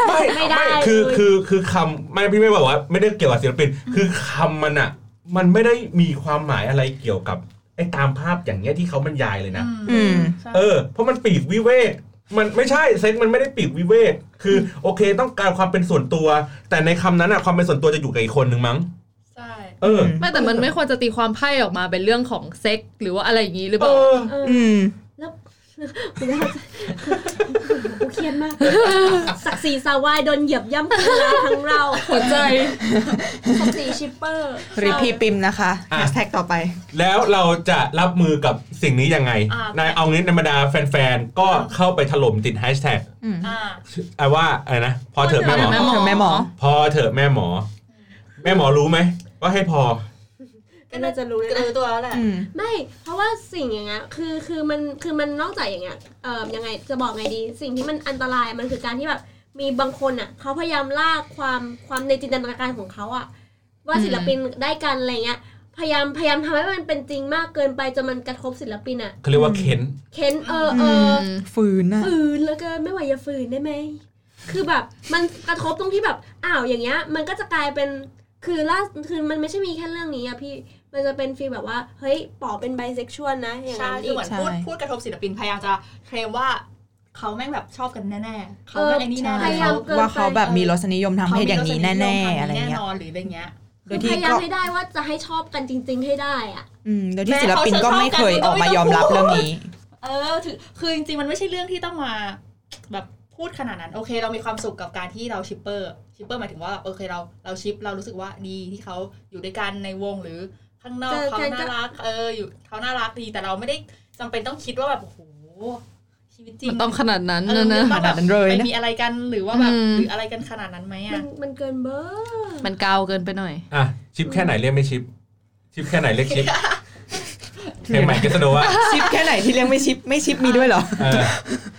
Speaker 4: ไม่ได้
Speaker 1: คือ
Speaker 4: เลย
Speaker 1: คือคือคำไม่พี่ไม่บอกว่า ไม่ได้เกี่ยวกับศิลปิน คือคำมันอะมันไม่ได้มีความหมายอะไรเกี่ยวกับไอ้ตามภาพอย่างเงี้ยที่เขาบรรยายเลยนะ
Speaker 3: อืม
Speaker 1: เออเพราะมันปีกวิเวก มันไม่ใช่เซ็กมันไม่ได้ปีกวิเวก คือโอเคต้องการความเป็นส่วนตัว แต่ในคำนั้นอะความเป็นส่วนตัวจะอยู่กับอีกคนนึงมั้ง
Speaker 5: ใช่
Speaker 1: เออ
Speaker 6: ไม่แต่มันไม่ควรจะตีความไพ่ออกมาเป็นเรื่องของเซ็กหรือว่าอะไรอย่างนี้หรือเป
Speaker 1: เอ
Speaker 6: ล่า
Speaker 1: อ
Speaker 4: เออ
Speaker 3: อืม
Speaker 4: กูเครียดมาก ศักดิ์ศรีสาวายโดนเหยียบย่ำทำลายทั้งเรา
Speaker 6: หัวใจ
Speaker 4: ศักดิ์ศรีชิปเปอร์
Speaker 3: รีพีปิมนะคะ
Speaker 1: อ่ะ
Speaker 3: แฮชแท็กต่อไป
Speaker 1: แล้วเราจะรับมือกับสิ่งนี้ยังไง
Speaker 5: อ่าน
Speaker 1: นายเอางี้ธรรมดาแฟนๆ ก็เข้าไปถล่มติดแฮชแท็ก
Speaker 3: อืม
Speaker 5: อ่า
Speaker 1: ว่าอะไรนะ พอเถอะแม่หมอ
Speaker 6: พอเถ
Speaker 3: เธอแม่
Speaker 6: อะ
Speaker 3: หมอ
Speaker 1: พอเถอะแม่หมอ แม่หมอรู้ไหมว่าให้พอ
Speaker 4: ก็น่าจะรู้เลย
Speaker 5: ก็
Speaker 4: นะ
Speaker 5: รู้ตัวแล้วแหละ
Speaker 3: อืม
Speaker 4: ไม่ เพราะว่าสิ่งอย่างเงี้ย คือ คือมัน คือมันนอกจากอย่างเงี้ย เอ่อ ยังไง จะบอกไงดี สิ่งที่มันอันตราย มันคือการที่แบบ มีบางคนอ่ะ เขาพยายามลากความ ความในจินตนาการของเขาอ่ะ ว่าศิลปินได้กันอะไรเงี้ย พยายาม พยายามทำให้มันเป็นจริงมากเกินไปจนมันกระทบศิลปินอ่ะ
Speaker 1: เขาเรียกว่าเค้น
Speaker 4: เค้น เออเออ
Speaker 3: ฝืนน่ะ
Speaker 4: ฝืนแล้วเกินไม่ไหวอย่าฝืนได้ไหม คือแบบมันกระทบตรงที่แบบอ้าวอย่างเงี้ย มันก็จะกลายเป็นคือล่าคือมันไม่ใช่มีแค่เรื่องนี้อะพี่มันจะเป็นฟีลแบบว่า เฮ้ยป๋อเป็นไบเซ็กชวลนะ อย่าง
Speaker 5: ใช่
Speaker 4: นั้นอี
Speaker 5: คือก เหมือน
Speaker 3: ใช่
Speaker 5: พูดพูดกระทบศิลปินพยายามจะเคลมว่าเขาแม่งแบบชอบกันแน่ๆเขา
Speaker 4: เออ
Speaker 5: แม่งไอ้นี่แน่
Speaker 4: พยายามเกินไป
Speaker 3: ว่าเขาแบบมีรสนิยมทำให้อย่างนี้แน่ๆ อะไร
Speaker 5: แน่
Speaker 3: เงี้ย
Speaker 5: นอนหรืออะไรเงี้ย
Speaker 3: โด
Speaker 4: คือ
Speaker 3: ยที่
Speaker 4: พยายาม
Speaker 3: ก็
Speaker 4: ให้ได้ว่าจะให้ชอบกันจริง ๆ ให้ได้อะ
Speaker 3: อืมโดยที่ศิลปินก็ไม่เคยออกมายอมรับเรื่องนี้
Speaker 5: เออถือคือจริงๆมันไม่ใช่เรื่องที่ต้องมาแบบพูดขนาดนั้น โอเค เรามีความสุขกับการที่เราชิปเปอร์ชิปเปอร์หมายถึงว่าโอเคเราเราชิปเรารู้สึกว่าดีที่เขาอยู่ด้วยกันในวงหรือข้างนอกเขาน่ารัก เอออยู่เขาน่ารักดีแต่เราไม่ได้จำเป็นต้องคิดว่าแบบโอ้โหชีวิตจริง
Speaker 6: มันต้องขนาดนั้น
Speaker 5: เออ
Speaker 6: นะนะ
Speaker 5: มั
Speaker 3: ขนาดนั้นเลยนะ
Speaker 5: ไปมีอะไรกันหรือว่าแบบ
Speaker 6: อืม
Speaker 5: หรืออะไรกันขนาดนั้นไหม
Speaker 4: มั
Speaker 5: อ่ะ
Speaker 4: นมันเกินเบอร์
Speaker 6: มันกาวเกินไปหน่อย
Speaker 1: อ่ะ ชิปแค่ไหนเรียกไม่ชิป ชิปแค่ไหนเรียกชิปเพลงใหม่เกสโนว่า
Speaker 3: ชิปแค่ไหนที่เรื่องไม่ชิปไม่ชิปมีด้วยเหรอ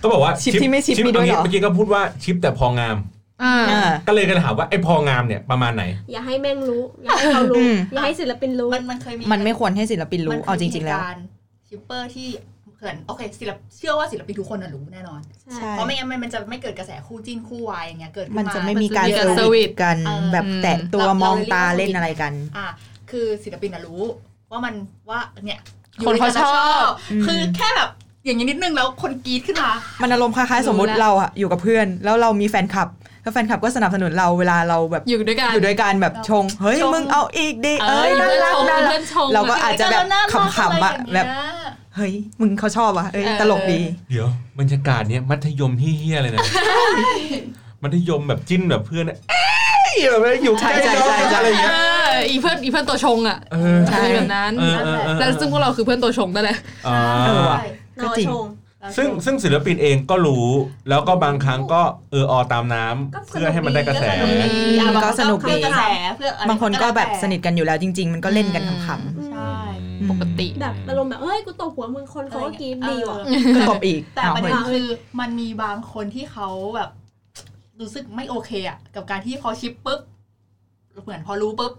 Speaker 1: ก็บอกว่า
Speaker 3: ชิปที่ไม่ชิปมีด้วยเหรอ
Speaker 1: เมื่อกี้ก็พูดว่าชิปแต่พองาม
Speaker 6: อ่า
Speaker 3: อ่า
Speaker 1: ก็เลยกันถามว่าไอ้พองามเนี่ยประมาณไหน
Speaker 4: อย่าให้แม่งรู้ อย่าให้เขารู้
Speaker 3: อืม
Speaker 4: อย่าให้ศิลปินรู้
Speaker 5: มันมันเคยมี
Speaker 3: มันไม่ควรให้ศิลปิน
Speaker 5: มั
Speaker 3: รู้
Speaker 5: คย
Speaker 3: เอาจริง ๆ แล้ว
Speaker 5: มีเหตุการณ์ชิปเปอร์ที่เขินโอเคศิลปเชื่อว่าศิลปินทุกคนน่ะรู้แน่นอน
Speaker 3: ใช่
Speaker 5: เพราะไม่งั้นมันมันจะไม่เกิดกระแสคู่จิ้นคู่วายอย่างเงี้ยเกิดขึ้า
Speaker 3: มันจะไม่มีการ
Speaker 6: มันจะมีการ
Speaker 3: ส
Speaker 6: สวิ
Speaker 3: วิ
Speaker 6: ต
Speaker 3: ต
Speaker 6: ช์
Speaker 3: กัน
Speaker 5: เออ
Speaker 3: แบบแตะตัว
Speaker 5: เรา
Speaker 3: มอง
Speaker 5: เราเรียกว่าสวิตช์
Speaker 3: ตาเล่นอะไรกัน
Speaker 5: อ่ะคือศิลปินน่ะรู้ว่ามันว่าเนี่ย
Speaker 6: คนเขาชอบ
Speaker 5: ยู่ด้วยกันแล้ว
Speaker 3: อืม
Speaker 5: คือแค่แบบอย่างนี้นิดนึงแล้วคนกรีดขึ้นมา
Speaker 3: มันอารมณ์คล้ายๆสมมติ
Speaker 6: รู้ละ
Speaker 3: เราอะอยู่กับเพื่อน แล้วเรามีแฟนคลับแล้วแฟนคลับก็สนับสนุนเราเวลาเราแบบ
Speaker 6: อยู่ด้วยกัน
Speaker 3: อยู่ด้วยกันแบบชง เฮ้ยมึงเอาอีกดิเอ้ยน่า
Speaker 6: เพื่อน
Speaker 3: รักน่ารัก
Speaker 6: ชมเพื่อนชม
Speaker 3: เราก็ อาจจะแบบ
Speaker 5: ยู่ด้วยกันแล้วน่ารัก
Speaker 3: ขำๆอะ
Speaker 5: ไรย่างเงี้ย
Speaker 3: แบบ เฮ้ยมึงเขาชอบอ่ะเอ้ย
Speaker 6: เออ
Speaker 3: ตลกดี
Speaker 1: เดี๋ยวบรรยากาศเนี้ยมัธยมเฮี้ยๆเลยนะ มัธยมแบบจิ้นแบบเพื่อนอะเอ้ยแบบอยู่ใก
Speaker 3: ใช่
Speaker 1: ล้น้
Speaker 3: ใช่
Speaker 1: อง
Speaker 3: ใช่ใช่
Speaker 1: อะไรอย่าง
Speaker 6: เอ
Speaker 1: เงี้ย
Speaker 6: ออีเพื่อนอีเพื่อนตัวชงอ่ะ
Speaker 1: เออ
Speaker 3: ใช่
Speaker 6: คือแบบนั้น
Speaker 1: เออเออเออ
Speaker 6: แต่ซึ่งพวกเราคือเพื่อนตัวชงนั่นแหละ
Speaker 1: อ๋อ
Speaker 3: เออว่ะ
Speaker 4: นอ
Speaker 3: ก็จริง
Speaker 4: ชง
Speaker 1: ซึ่งซึ่งศิลปินเองก็รู้ แล้วก็บางครั้งก็เออออตามน้ำ
Speaker 4: ก็สนุก
Speaker 1: เพื่อให้มันได้กระแส
Speaker 5: ก็นุกดีอ่ะ
Speaker 3: ก็สนุกดี
Speaker 5: บางคก็เข้ากระแสเพื่ออะไร
Speaker 3: บางคนก็แบบ
Speaker 5: ล้วต่
Speaker 3: สนิทกันอยู่แล้วจริง ๆ มันก็เล่นกัน
Speaker 6: อืม
Speaker 3: ขำ
Speaker 5: ใช่
Speaker 3: ๆ
Speaker 6: ปกติ
Speaker 4: แบบอารมณ์แบบเฮ้ยกูตบหัวมึงคนเขาก็กรีดดีว่ะ
Speaker 5: เออ
Speaker 3: ก็ตบอีก
Speaker 5: แต่
Speaker 3: เอา
Speaker 5: ประเด็
Speaker 3: เฮ้ย
Speaker 5: นคือมันมีบางคนที่เขาแบบ รู้สึกไม่โอเคอะกับการที่พอชิปปุ๊บเหมือนพอรู้ปุ๊บ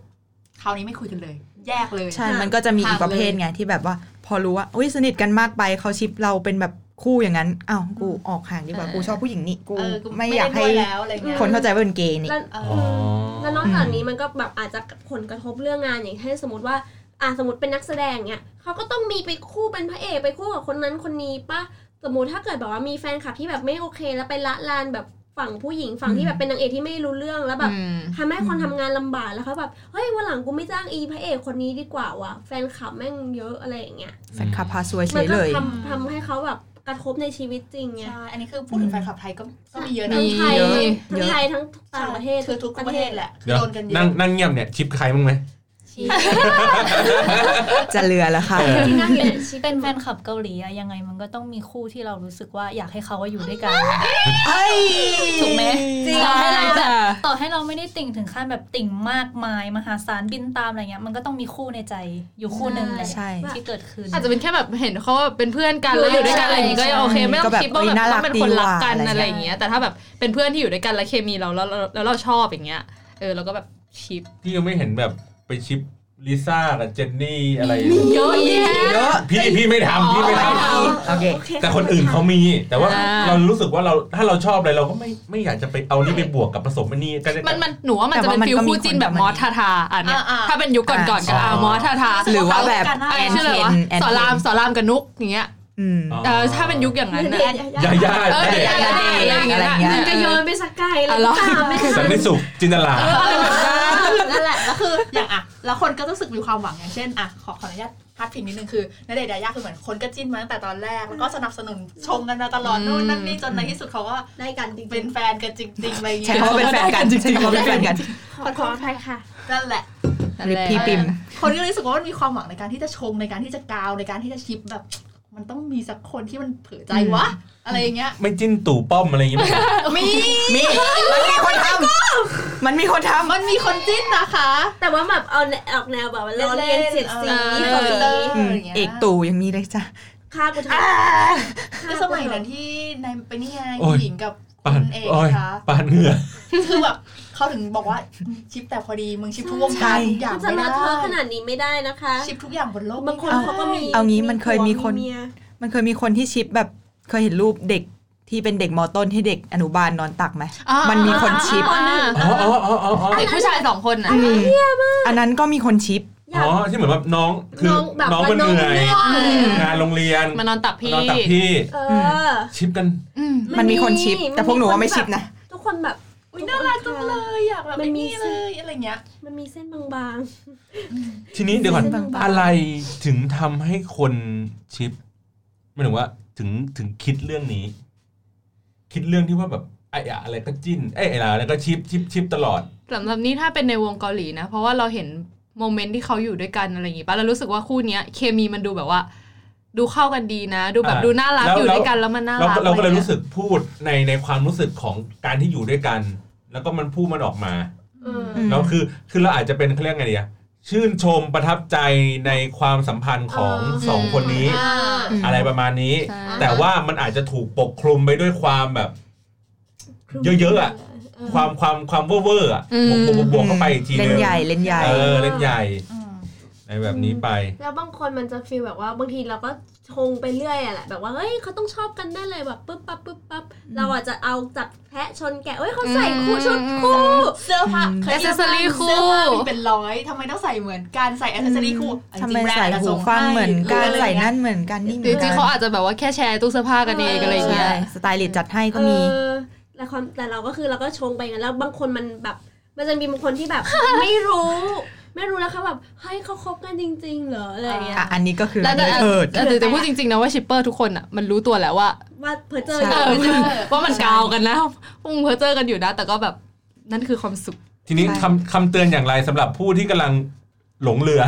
Speaker 5: คราวนี้ไม่คุยกันเลย แยกเลย
Speaker 3: ใช่ มันก็จะมีอีก
Speaker 5: ห่างเลย
Speaker 3: ประเภทไงที่แบบว่า พอรู้ว่าอุ้ยสนิทกันมากไปเขาชิปเราเป็นแบบคู่อย่างนั้นอ้าวกูออกห่างดีกว่า
Speaker 6: เออ
Speaker 3: กูชอบผู้หญิงนี่กู
Speaker 5: เออกู
Speaker 3: ไม่อยาก
Speaker 5: ด้
Speaker 3: ให้
Speaker 5: ด้วยแล้วอะไรเงี้ย
Speaker 3: คนเข้าใจว่าเป็นเกย์นี่
Speaker 4: แล้ว
Speaker 5: เอ
Speaker 1: อ
Speaker 4: แล้วนอกจากนี้มันก็แบบอาจจะผลกระทบเรื่องงานอย่างเช่นสมมติว่าอ่ะสมมติเป็นนักแสดงเนี่ยเขาก็ต้องมีไปคู่เป็นพระเอกไปคู่กับคนนั้นคนนี้ป่ะสมมติถ้าเกิดแบบว่ามีแฟนคลับที่แบบไม่โอเค แล้วไปละลานแบบฝั่งผู้หญิงฝั่งที่แบบเป็นนางเอกที่ไม่รู้เรื่องแล้วแบบ
Speaker 6: อืม
Speaker 4: ทำให้คนทำงานลำบากแล้วเขาแบบเฮ้ยวันหลังกูไม่จ้างอีพระเอกคนนี้ดีกว่าว่ะแฟนคลับแม่งเยอะอะไรอย่างเงี้ย
Speaker 3: แฟนคลับพาซวยเฉ
Speaker 4: มัน
Speaker 3: ย
Speaker 4: ก็
Speaker 3: เลย
Speaker 4: ทำทำให้เขาแบบกระทบในชีวิตจริงไง
Speaker 5: ใช่อันนี้คือพูดถึงแฟนคลับไทยก็ก็มีเยอะนะ
Speaker 4: ทั้งไทยทั้งทั้งไทยทั้ง
Speaker 5: ใช่
Speaker 4: ต่างประเทศ
Speaker 5: คือทุกประเทศแหละคือ
Speaker 1: เดี๋ยว
Speaker 5: โดนกันเย
Speaker 1: นั่ง
Speaker 5: อะ
Speaker 1: นั่งเงียบเนี่ยชิปใครบ้างไหม
Speaker 3: จะเรือแล้วค่ะ
Speaker 7: เป็นแฟนคลับเกาหลีอะยังไงมันก็ต้องมีคู่ที่เรารู้สึกว่าอยากให้เขาอยู่ด้วยกัน
Speaker 3: เอ้ย
Speaker 7: ถูกไหม
Speaker 3: จริง
Speaker 7: ใช่
Speaker 6: ใช่จ้ะ
Speaker 7: ต่อ ให้เราไม่ได้ติ่งถึงขั้นแบบติ่งมากมาย มหาศาลบินตามอะไรเงี้ยมันก็ต้องมีคู่ในใจอยู่คู่หนึ่งแหละ
Speaker 3: ใช่
Speaker 7: ที่เกิดขึ้น
Speaker 6: อาจจะเป็นแค่แบบเห็นเขาว่าเป็นเพื่อนกันแล้ว
Speaker 7: ใช่
Speaker 6: อยู่ด้วยกันอะไรอย่างงี้ก็
Speaker 7: ใช่
Speaker 6: โอเคไม่ต้อ
Speaker 3: ก็
Speaker 6: ง
Speaker 3: แบบ
Speaker 6: คิดว่า
Speaker 3: เอ้ย
Speaker 6: แบบ
Speaker 3: น่ารั
Speaker 6: ต้อก งเป็นคนรักกัน
Speaker 3: ดีว่ะ
Speaker 6: อะไรอย่างเงี้ยแต่ถ้าแบบเป็นเพื่อนที่อยู่ด้วยกันแล้วเคมีเราแล้วแล้วแล้วเราชอบอย่างเงี้ยเออเราก็แบบชิป
Speaker 1: พี่ยังไม่เห็นแบบไปชิปลิซ่ากับเจนนี่อะไร
Speaker 6: เยอะแยะ
Speaker 3: เยอะ
Speaker 1: พี่พี่ไม่ทำพี่ไม่ท
Speaker 6: อ๋อไม่ท
Speaker 3: โอเค
Speaker 1: ำแต่คนอื่นเขามี แต่ว่า
Speaker 6: อ่า
Speaker 1: เรารู้สึกว่าเราถ้าเราชอบอะไรเราก็ไม่ไม่อยากจะไปเอานี่ไปบวกกับผสมอันนี้ก็ได้
Speaker 6: มันมันหนูว่ามันจะเป็นฟิลคู่จิ้นแบบมอสทาทาอันเนี้ย
Speaker 5: อ่าๆ
Speaker 6: ถ้าเป็นยุคก่อนก่อนๆก็เอา
Speaker 1: อ๋อ
Speaker 6: มอสทาทา
Speaker 3: หรือว่าแบบ
Speaker 6: ไอ้ชื่ออะไรวะ
Speaker 3: แอนเทน
Speaker 6: สอนรามสอนรามกับนุกอย่างเงี้ย
Speaker 3: อืม
Speaker 1: อ๋อ
Speaker 6: เออถ้าเป็นยุคอย่างนั้นน่ะ
Speaker 1: ยาย่า
Speaker 6: เออ
Speaker 1: ณเดช
Speaker 6: ยา
Speaker 1: น์
Speaker 6: ย่า
Speaker 4: มึงจะโยนไปสักไกลแล้วตามไม่ทั
Speaker 1: สัน
Speaker 4: น
Speaker 1: นิสุขจินตลา
Speaker 5: นั่นแหละแล้วคืออย่างอ่ะแล้วคนก็รู้สึกมีความหวังอย่างเช่นอ่ะขอขออนุญาตพัดพิงนิดนึงคือณเดชน์ยายาคือเหมือนคนก็จิ้นมาตั้งแต่ตอนแรกแล้วก็สนับสนุนชมกันมาตลอด
Speaker 6: อืม
Speaker 5: นู่นนั่นนี่จนในที่สุดเขาก็
Speaker 4: ได้กันจริง
Speaker 5: เป็นแฟนกันจริงๆอะไรอย่าง
Speaker 3: ใช้
Speaker 5: เงี้ย
Speaker 3: คำว่าเป็นแฟนกันใช้คำว่าเป็นแฟนกัน
Speaker 4: ขอขออภัยค่ะ
Speaker 5: นั่นแหละ
Speaker 6: นั่นแหละ
Speaker 3: พี่ปิ๊ม
Speaker 5: คนก็เลยรู้สึกว่ามันมีความหวังในการที่จะชงในการที่จะกาวในการที่จะชิปแบบ มันต้องมีสักคนที่มันเผลอใจวะ อะไรอย่างเงี้ย
Speaker 1: ไม่จิ้นตู่ป้อมอะไรอย่างงี้มั้ย
Speaker 5: มี
Speaker 3: มีมันมีคนทำมันมีคนท
Speaker 5: มันมีคนจิ้นนะคะ
Speaker 4: แต่ว่าแบบเอาออกแนวแบบว่าเราเรียนเสียดสี
Speaker 5: เออเออ
Speaker 3: ำ
Speaker 5: อ
Speaker 3: อืม
Speaker 5: ย่างเงี้ย
Speaker 3: เอกตู่ยังมีเลยจ้ะ
Speaker 4: ฆ่ากูทำ
Speaker 5: ก็สมัยนั้นที่ในไปนี่ไงหญิงกับ
Speaker 1: ปา
Speaker 5: คุ
Speaker 1: น
Speaker 5: ณเอก
Speaker 1: โอ้ย
Speaker 5: นะคะ
Speaker 1: ปานเหงื่อ
Speaker 5: คือแบบเขาถึงบอกว่าชิปแต่พอดีมึงชิปทุกวงการทุกอย่าง
Speaker 4: มันจะ
Speaker 5: ไม่
Speaker 4: เลอะ
Speaker 5: ได้
Speaker 4: เทอะขนาดนี้ไม่ได้นะคะ
Speaker 5: ชิปทุกอย่างบนโลก
Speaker 4: บางคนเขาก็มี
Speaker 3: เอางี้มันเคยมีคน
Speaker 4: เย
Speaker 3: มันเคยมีคนที่ชิปแบบเคยเห็นรูปเด็กที่เป็นเด็กมอต้นที่เด็กอนุบาลนอนตักไหม มันมีคนชิป
Speaker 6: อ่า
Speaker 1: อ๋ออ๋ออ๋ออ๋อ
Speaker 6: เด็กผู้ชายสองคนน่ะ
Speaker 3: อืมอันนั้นก็มีคนชิป
Speaker 4: อยา
Speaker 1: อ๋
Speaker 4: ก
Speaker 1: อที่เหมือนแบบน้องคือ
Speaker 4: น้องแบบ
Speaker 1: น้องมันเหนื่อย
Speaker 4: น้องมันเหนื่อย
Speaker 1: งานโรงเรียน
Speaker 6: มานอนตักพี่
Speaker 1: นอนตักพี่
Speaker 4: เออ
Speaker 1: ชิปกัน
Speaker 6: อืม
Speaker 4: ไม่มี
Speaker 3: มันมีคนชิป แต่พวกหนูว่าไม่
Speaker 4: มันมีคน
Speaker 3: ชิปนะ
Speaker 4: ทุกคนแบบ
Speaker 5: อุ้ยน่ารักจังเลยอยากแบบไม่มีเลยอะไรเงี้ย
Speaker 4: มันมีเส้นบาง
Speaker 1: ทีนี้เดี๋ยวก่อน
Speaker 4: เส้นบางๆ
Speaker 1: อะไรถึงทำให้คนชิปไม่ถึงว่าถึงถึงคิดเรื่องนี้ คิดเรื่องที่ว่าแบบไอ้อะอะไรก็จิ้นไอ้ยไอ้อะไรก็ชิปชิปชิปตลอด
Speaker 6: สำหรับนี่ถ้าเป็นในวงเกาหลีนะ เพราะว่าเราเห็นโมเมนต์ที่เขาอยู่ด้วยกันอะไรอย่างงี้ป่ะเรารู้สึกว่าคู่เนี้ยเคมีมันดูแบบว่า ดูเข้ากันดีนะ ดูแบบ
Speaker 1: อ่า
Speaker 6: ดูน่ารัก
Speaker 1: แล้ว
Speaker 6: อยู่ด้วยกันแล้วมันน่า
Speaker 1: เรา
Speaker 6: รัก
Speaker 1: ก็เราก็เลยรู้
Speaker 6: อะไ
Speaker 1: สึกพูดในในความรู้สึกของการที่อยู่ด้วยกัน แล้วก็มันพูดมันออกมา
Speaker 4: ๆเออ
Speaker 1: แล้วคือคือเราอาจจะเป็นเขาเรียกไงดีอะชื่นชมประทับใจในความสัมพันธ์ของ
Speaker 4: อ่า
Speaker 1: สองคนนี้
Speaker 6: อ่า
Speaker 3: ม
Speaker 1: อะไรประมาณนี้
Speaker 6: ใช่
Speaker 1: แต่ว่ามันอาจจะถูกปกคลุมไปด้วยความแบบ เยอะๆอะ
Speaker 4: เออ
Speaker 1: ความความความเว่อร์ๆอะ
Speaker 6: อืม
Speaker 1: บวกบวกบวกเข้าไปอีกที
Speaker 3: เล่
Speaker 1: นึ
Speaker 3: น
Speaker 1: ง
Speaker 3: ใหญ่เล่นใหญ่
Speaker 1: เออเล่นใหญ่ในแบบนี้ไป
Speaker 4: แล้วบางคนมันจะฟีลแบบว่าบางทีเราก็ชงไปเรื่อยอะแหละแบบว่าเฮ้ยเขาต้องชอบกันได้เลยแบบปึ๊บปั๊บปึ๊บปั๊บเราอาจจะเอาจับแพะชนแกะเอ้ยเขาใส่คู่ชุดคู่
Speaker 5: เสื้อผ้า
Speaker 3: อืม
Speaker 5: เคยมี
Speaker 6: Accessory คู่
Speaker 5: เสื้อผ้ามีเป็นร้อยทำไมต้องใส่เหมือนกันใส่อ c เซอรี่คู่
Speaker 3: ทำไมใส่หูฟังเหมือนกันใส่นั่นเหมือนกันนี่เห
Speaker 6: ห
Speaker 3: มื
Speaker 6: รือ
Speaker 3: อน
Speaker 6: จริ
Speaker 3: กั
Speaker 6: ง
Speaker 3: น
Speaker 6: ๆเขาอาจจะแบบว่าแค่แชร์ตู้เสื้อผ้ากันเองอะไรอย่างเงี้
Speaker 3: ใช่
Speaker 6: ย
Speaker 3: สไตลิสต์จัดให้ก็
Speaker 4: เอ
Speaker 3: มี
Speaker 4: อแต่ความแต่เราก็คือเราก็ชงไปงั้นแล้วบางคนมันแบบ มันจะมีบางคน ที่แบบ ไม่รู้ ไม่รู้นะคะแบบเฮ้ยเขาคบกันจริง ๆ เหรออะไรอย่างเงี้ย
Speaker 3: อ่ะอันนี้ก็คือ
Speaker 6: แล้วแต่
Speaker 3: เถิด
Speaker 6: แต่แต่พูดจริงๆนะว่าชิปเปอร์ทุกคนอ่ะมันรู้ตัวแหละว่า
Speaker 4: ว่าเพอเจอ
Speaker 3: ใช่
Speaker 4: อ
Speaker 6: เอยู่ อว่ามันกาวกันนะพวกมึงเพอเจอกันอยู่นะ แต่ก็แบบนั่นคือความสุข
Speaker 1: ทีนี้
Speaker 3: ใช่
Speaker 1: คำคำเตือนอย่างไรสำหรับผู้ที่กำลังหลงเรือ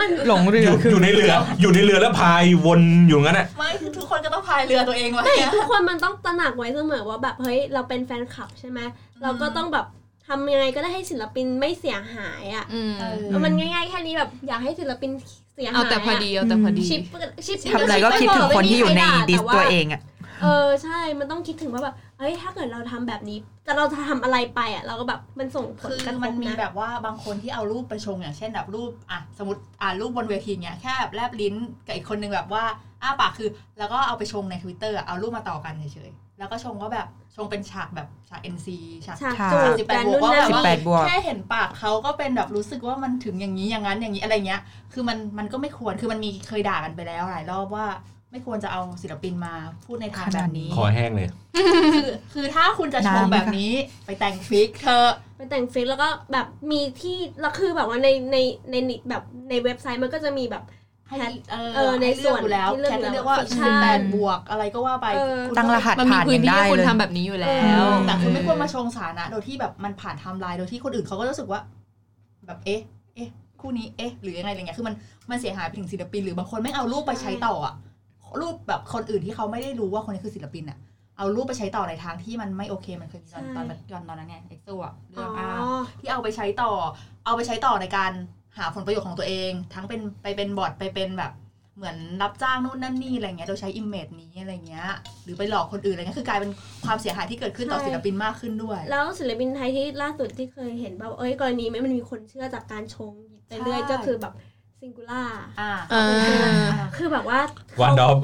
Speaker 4: มัน
Speaker 3: หลงเรื
Speaker 1: อยู่
Speaker 3: อคือ
Speaker 1: อยู่ในเรือ อยู่ในเรือแล้วพายวนอยู่งั้นอ่ะ
Speaker 5: ไม่ทุกคนก็ต้องพายเรือตัวเองไว้อะ
Speaker 4: ทุกคนมันต้องตระหนักไว้เสมอว่าแบบเฮ้ยเราเป็นแฟนคลับใช่ไหมเราก็ต้องแบบทำยังไงก็ได้ให้ศิลปินไม่เสียหายอ่ะ
Speaker 6: อืม
Speaker 5: เออ
Speaker 4: เออมันง่ายๆแค่นี้แบบอยากให้ศิลปินเสียหาย
Speaker 6: เอาแต่พอดีเอาแต่พอดี
Speaker 4: ชิปชิป
Speaker 3: ทำอะไรก็คิดถึงคนที่อยู่ในดิสตัวเองอ่ะ
Speaker 4: เออใช่ มันต้องคิดถึงว่าแบบเอ้ยถ้าเกิดเราทำแบบนี้ แต่เราจะทำอะไรไปอ่ะ เราก็แบบมันส่งผล
Speaker 5: คื
Speaker 4: กระ
Speaker 5: อ
Speaker 4: ทบ
Speaker 5: มันมี
Speaker 4: นะ
Speaker 5: แบบว่าบางคนที่เอารูปไปชงอย่างเช่นแบบรูปอ่ะสมมติอ่ารูปบนเวทีเนี้ยแค่แบบแลบลิ้นกับอีกคนนึงแบบว่าอ้าปากคือ แล้วก็เอาไปชงใน Twitter อะเอารูปมาต่อกันเฉยๆแล้วก็ชงว่าแบบชงเป็นฉากแบบฉาก NC ฉาก
Speaker 4: ฉาก
Speaker 3: ค่ะ
Speaker 4: จูบ
Speaker 5: สิบแป
Speaker 4: กั
Speaker 5: ด
Speaker 4: น
Speaker 5: บว
Speaker 4: นู่น
Speaker 5: กว่า
Speaker 4: นั่น
Speaker 5: แบบว่า
Speaker 3: แปดบวก
Speaker 5: แค่เห็นปากเขาก็เป็นแบบรู้สึกว่ามันถึงอย่างนี้อย่างนั้นอย่างนี้อะไรเงี้ย คือมันมันก็ไม่ควรคือมันมีเคยด่ากันไปแล้วหลายรอบว่า ไม่ควรจะเอาศิลปินมาพูดในทางแบบนี้
Speaker 1: คอแห้งเลย
Speaker 5: คือคือถ้าคุณจะชมแบบนี้ไปแต่งฟิกเธอะ
Speaker 4: ไปแต่งฟิกแล้วก็แบบมีที่แล้วคือแบบว่าในในในในแบบในเว็บไซต์มันก็จะมีแบบ
Speaker 5: ให้เอ
Speaker 4: เอ
Speaker 5: อ
Speaker 4: อใน
Speaker 5: ให้
Speaker 4: ส่
Speaker 5: เลือ
Speaker 4: วน
Speaker 5: กอยู่แล้ว
Speaker 4: ที่เลือก
Speaker 5: แค่
Speaker 4: อยู่แล้ว
Speaker 5: เลือกว่า
Speaker 4: ใช่
Speaker 5: สิบแปดบวกอะไรก็ว่าไป
Speaker 4: เออ
Speaker 5: คุณ
Speaker 3: ตั้งรหัส
Speaker 6: มันมี
Speaker 3: ผ่าน
Speaker 6: พื้
Speaker 3: กั
Speaker 6: น
Speaker 3: น
Speaker 6: ที่
Speaker 3: ได้
Speaker 6: ให้คน
Speaker 3: เลย
Speaker 6: ทำแบบนี้อยู่แล้ว
Speaker 4: เออ
Speaker 5: แต่คุณไม่ควรมาชงสานะโดยที่แบบมันผ่านไทม์ไลน์โดยที่คนอื่นเขาก็รู้สึกว่า แบบเอ๊ะ เอ๊ะ คู่นี้เอ๊ะ หรือยังไงอะไรเงี้ยคือมันมันเสียหายไปถึงศิลปินหรือบางคนไม่เอารูปไปใช้ต่ออะรูปแบบคนอื่นที่เขาไม่ได้รู้ว่าคนนี้คือศิลปินอะ เอารูปไปใช้ต่อในทางที่มันไม่โอเคมันเคยมีตอน
Speaker 4: ใช่
Speaker 5: ตอนตอนตอนนั้นไงเอ็กซ์ตัวเรื่
Speaker 4: อ๋
Speaker 5: อ
Speaker 4: อง
Speaker 5: อ่าที่เอาไปใช้ต่อ เอาไปใช้ต่อในการหาผลประโยชน์ของตัวเอง ทั้งเป็นไปเป็นบอร์ดไปเป็นแบบ เหมือนรับจ้างนู่นนั่นนี่อะไรเงี้ยโดยใช้อิมเมจนี้อะไรเงี้ย หรือไปหลอกคนอื่นอะไรเงี้ยคือกลายเป็นความเสียหายที่เกิดขึ้นต่อศิลปินมากขึ้นด้วย
Speaker 4: แล้วศิลปินไทยที่ล่าสุดที่เคยเห็นแบบเอ้ยกรณีไหมมันมีคนเชื่อจากการชงไปเรื่อย
Speaker 5: ใช่
Speaker 4: ก็คือแบบซิงคูล่า
Speaker 5: อ่า
Speaker 6: เออ
Speaker 4: คือแบบว่า
Speaker 1: วันดอป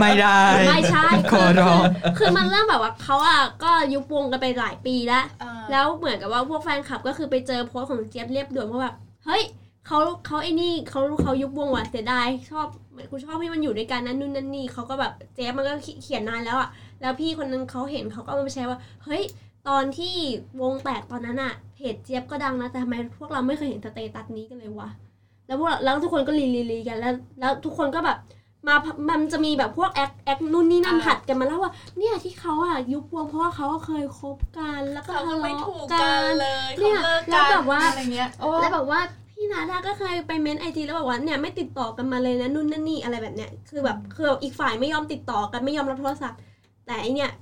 Speaker 3: ไม่ได้
Speaker 4: ไม่ใช่
Speaker 3: ขอร้อง
Speaker 4: คืคือมันเริ่มแบบว่าเขาอ่ะก็ยุบวงกันไปหลายปีแล้ว
Speaker 5: แล้
Speaker 4: แล้ว วเหมือนกับว่าพวกแฟนคลับก็คือไปเจอโพสต์ของเจี๊ยบเรียบด่วนว่าแบบเฮ้ยเขาเขาไอ้นี่เขาเขายุบวงว่ะเสียดายชอบกูชอบให้มันอยู่ด้วยกันนั่นนู่นนั่นนี่เขาก็แบบเจ๊ยบมันก็เขียนนานแล้วอ่ะแล้วพี่คนนึงเขาเห็นเขาก็เอามาแชร์ว่าเฮ้ยตอนที่วงแตกตอนนั้นอ่ะเพจเจี๊ยบก็ดังนะแต่ทำไมพวกเราไม่เคยเห็นสเตตัสนี้กันเลยวะแล้วพวกเราแล้วทุกคนก็รีรีรีกันแล้ว แล้วทุกคนก็แบบมามันจะมีแบบพวกแอคแอคนู่นนี่นั่นผัดกันมาแล้วว่าเนี่ยที่เขาอ่ะยุบวงเพราะว่าเขาเคยคบกันแล้วก็
Speaker 5: เขา
Speaker 4: ทะ
Speaker 5: ไม่
Speaker 4: เลาะ
Speaker 5: ถูก
Speaker 4: กั
Speaker 5: กัน
Speaker 4: น
Speaker 5: เลย
Speaker 4: เนี่
Speaker 5: เขา
Speaker 4: ย
Speaker 5: เลิก
Speaker 4: แล้ว
Speaker 5: กัน
Speaker 4: แบบว่า
Speaker 5: อะไรเงี้ยโอ้
Speaker 4: แล้วแบบว่าพี่นาดาก็เคยไปเม้นไอจีแล้วบอกว่าเนี่ยไม่ติดต่อกันมาเลยนะนู่นนั่นนี่อะไรแบบเนี้ยคือแบบคืออีกฝ่ายไม่ยอมติดต่อกันไม่ยอมรับโทรศัพท์ แต่ไอเนี่ย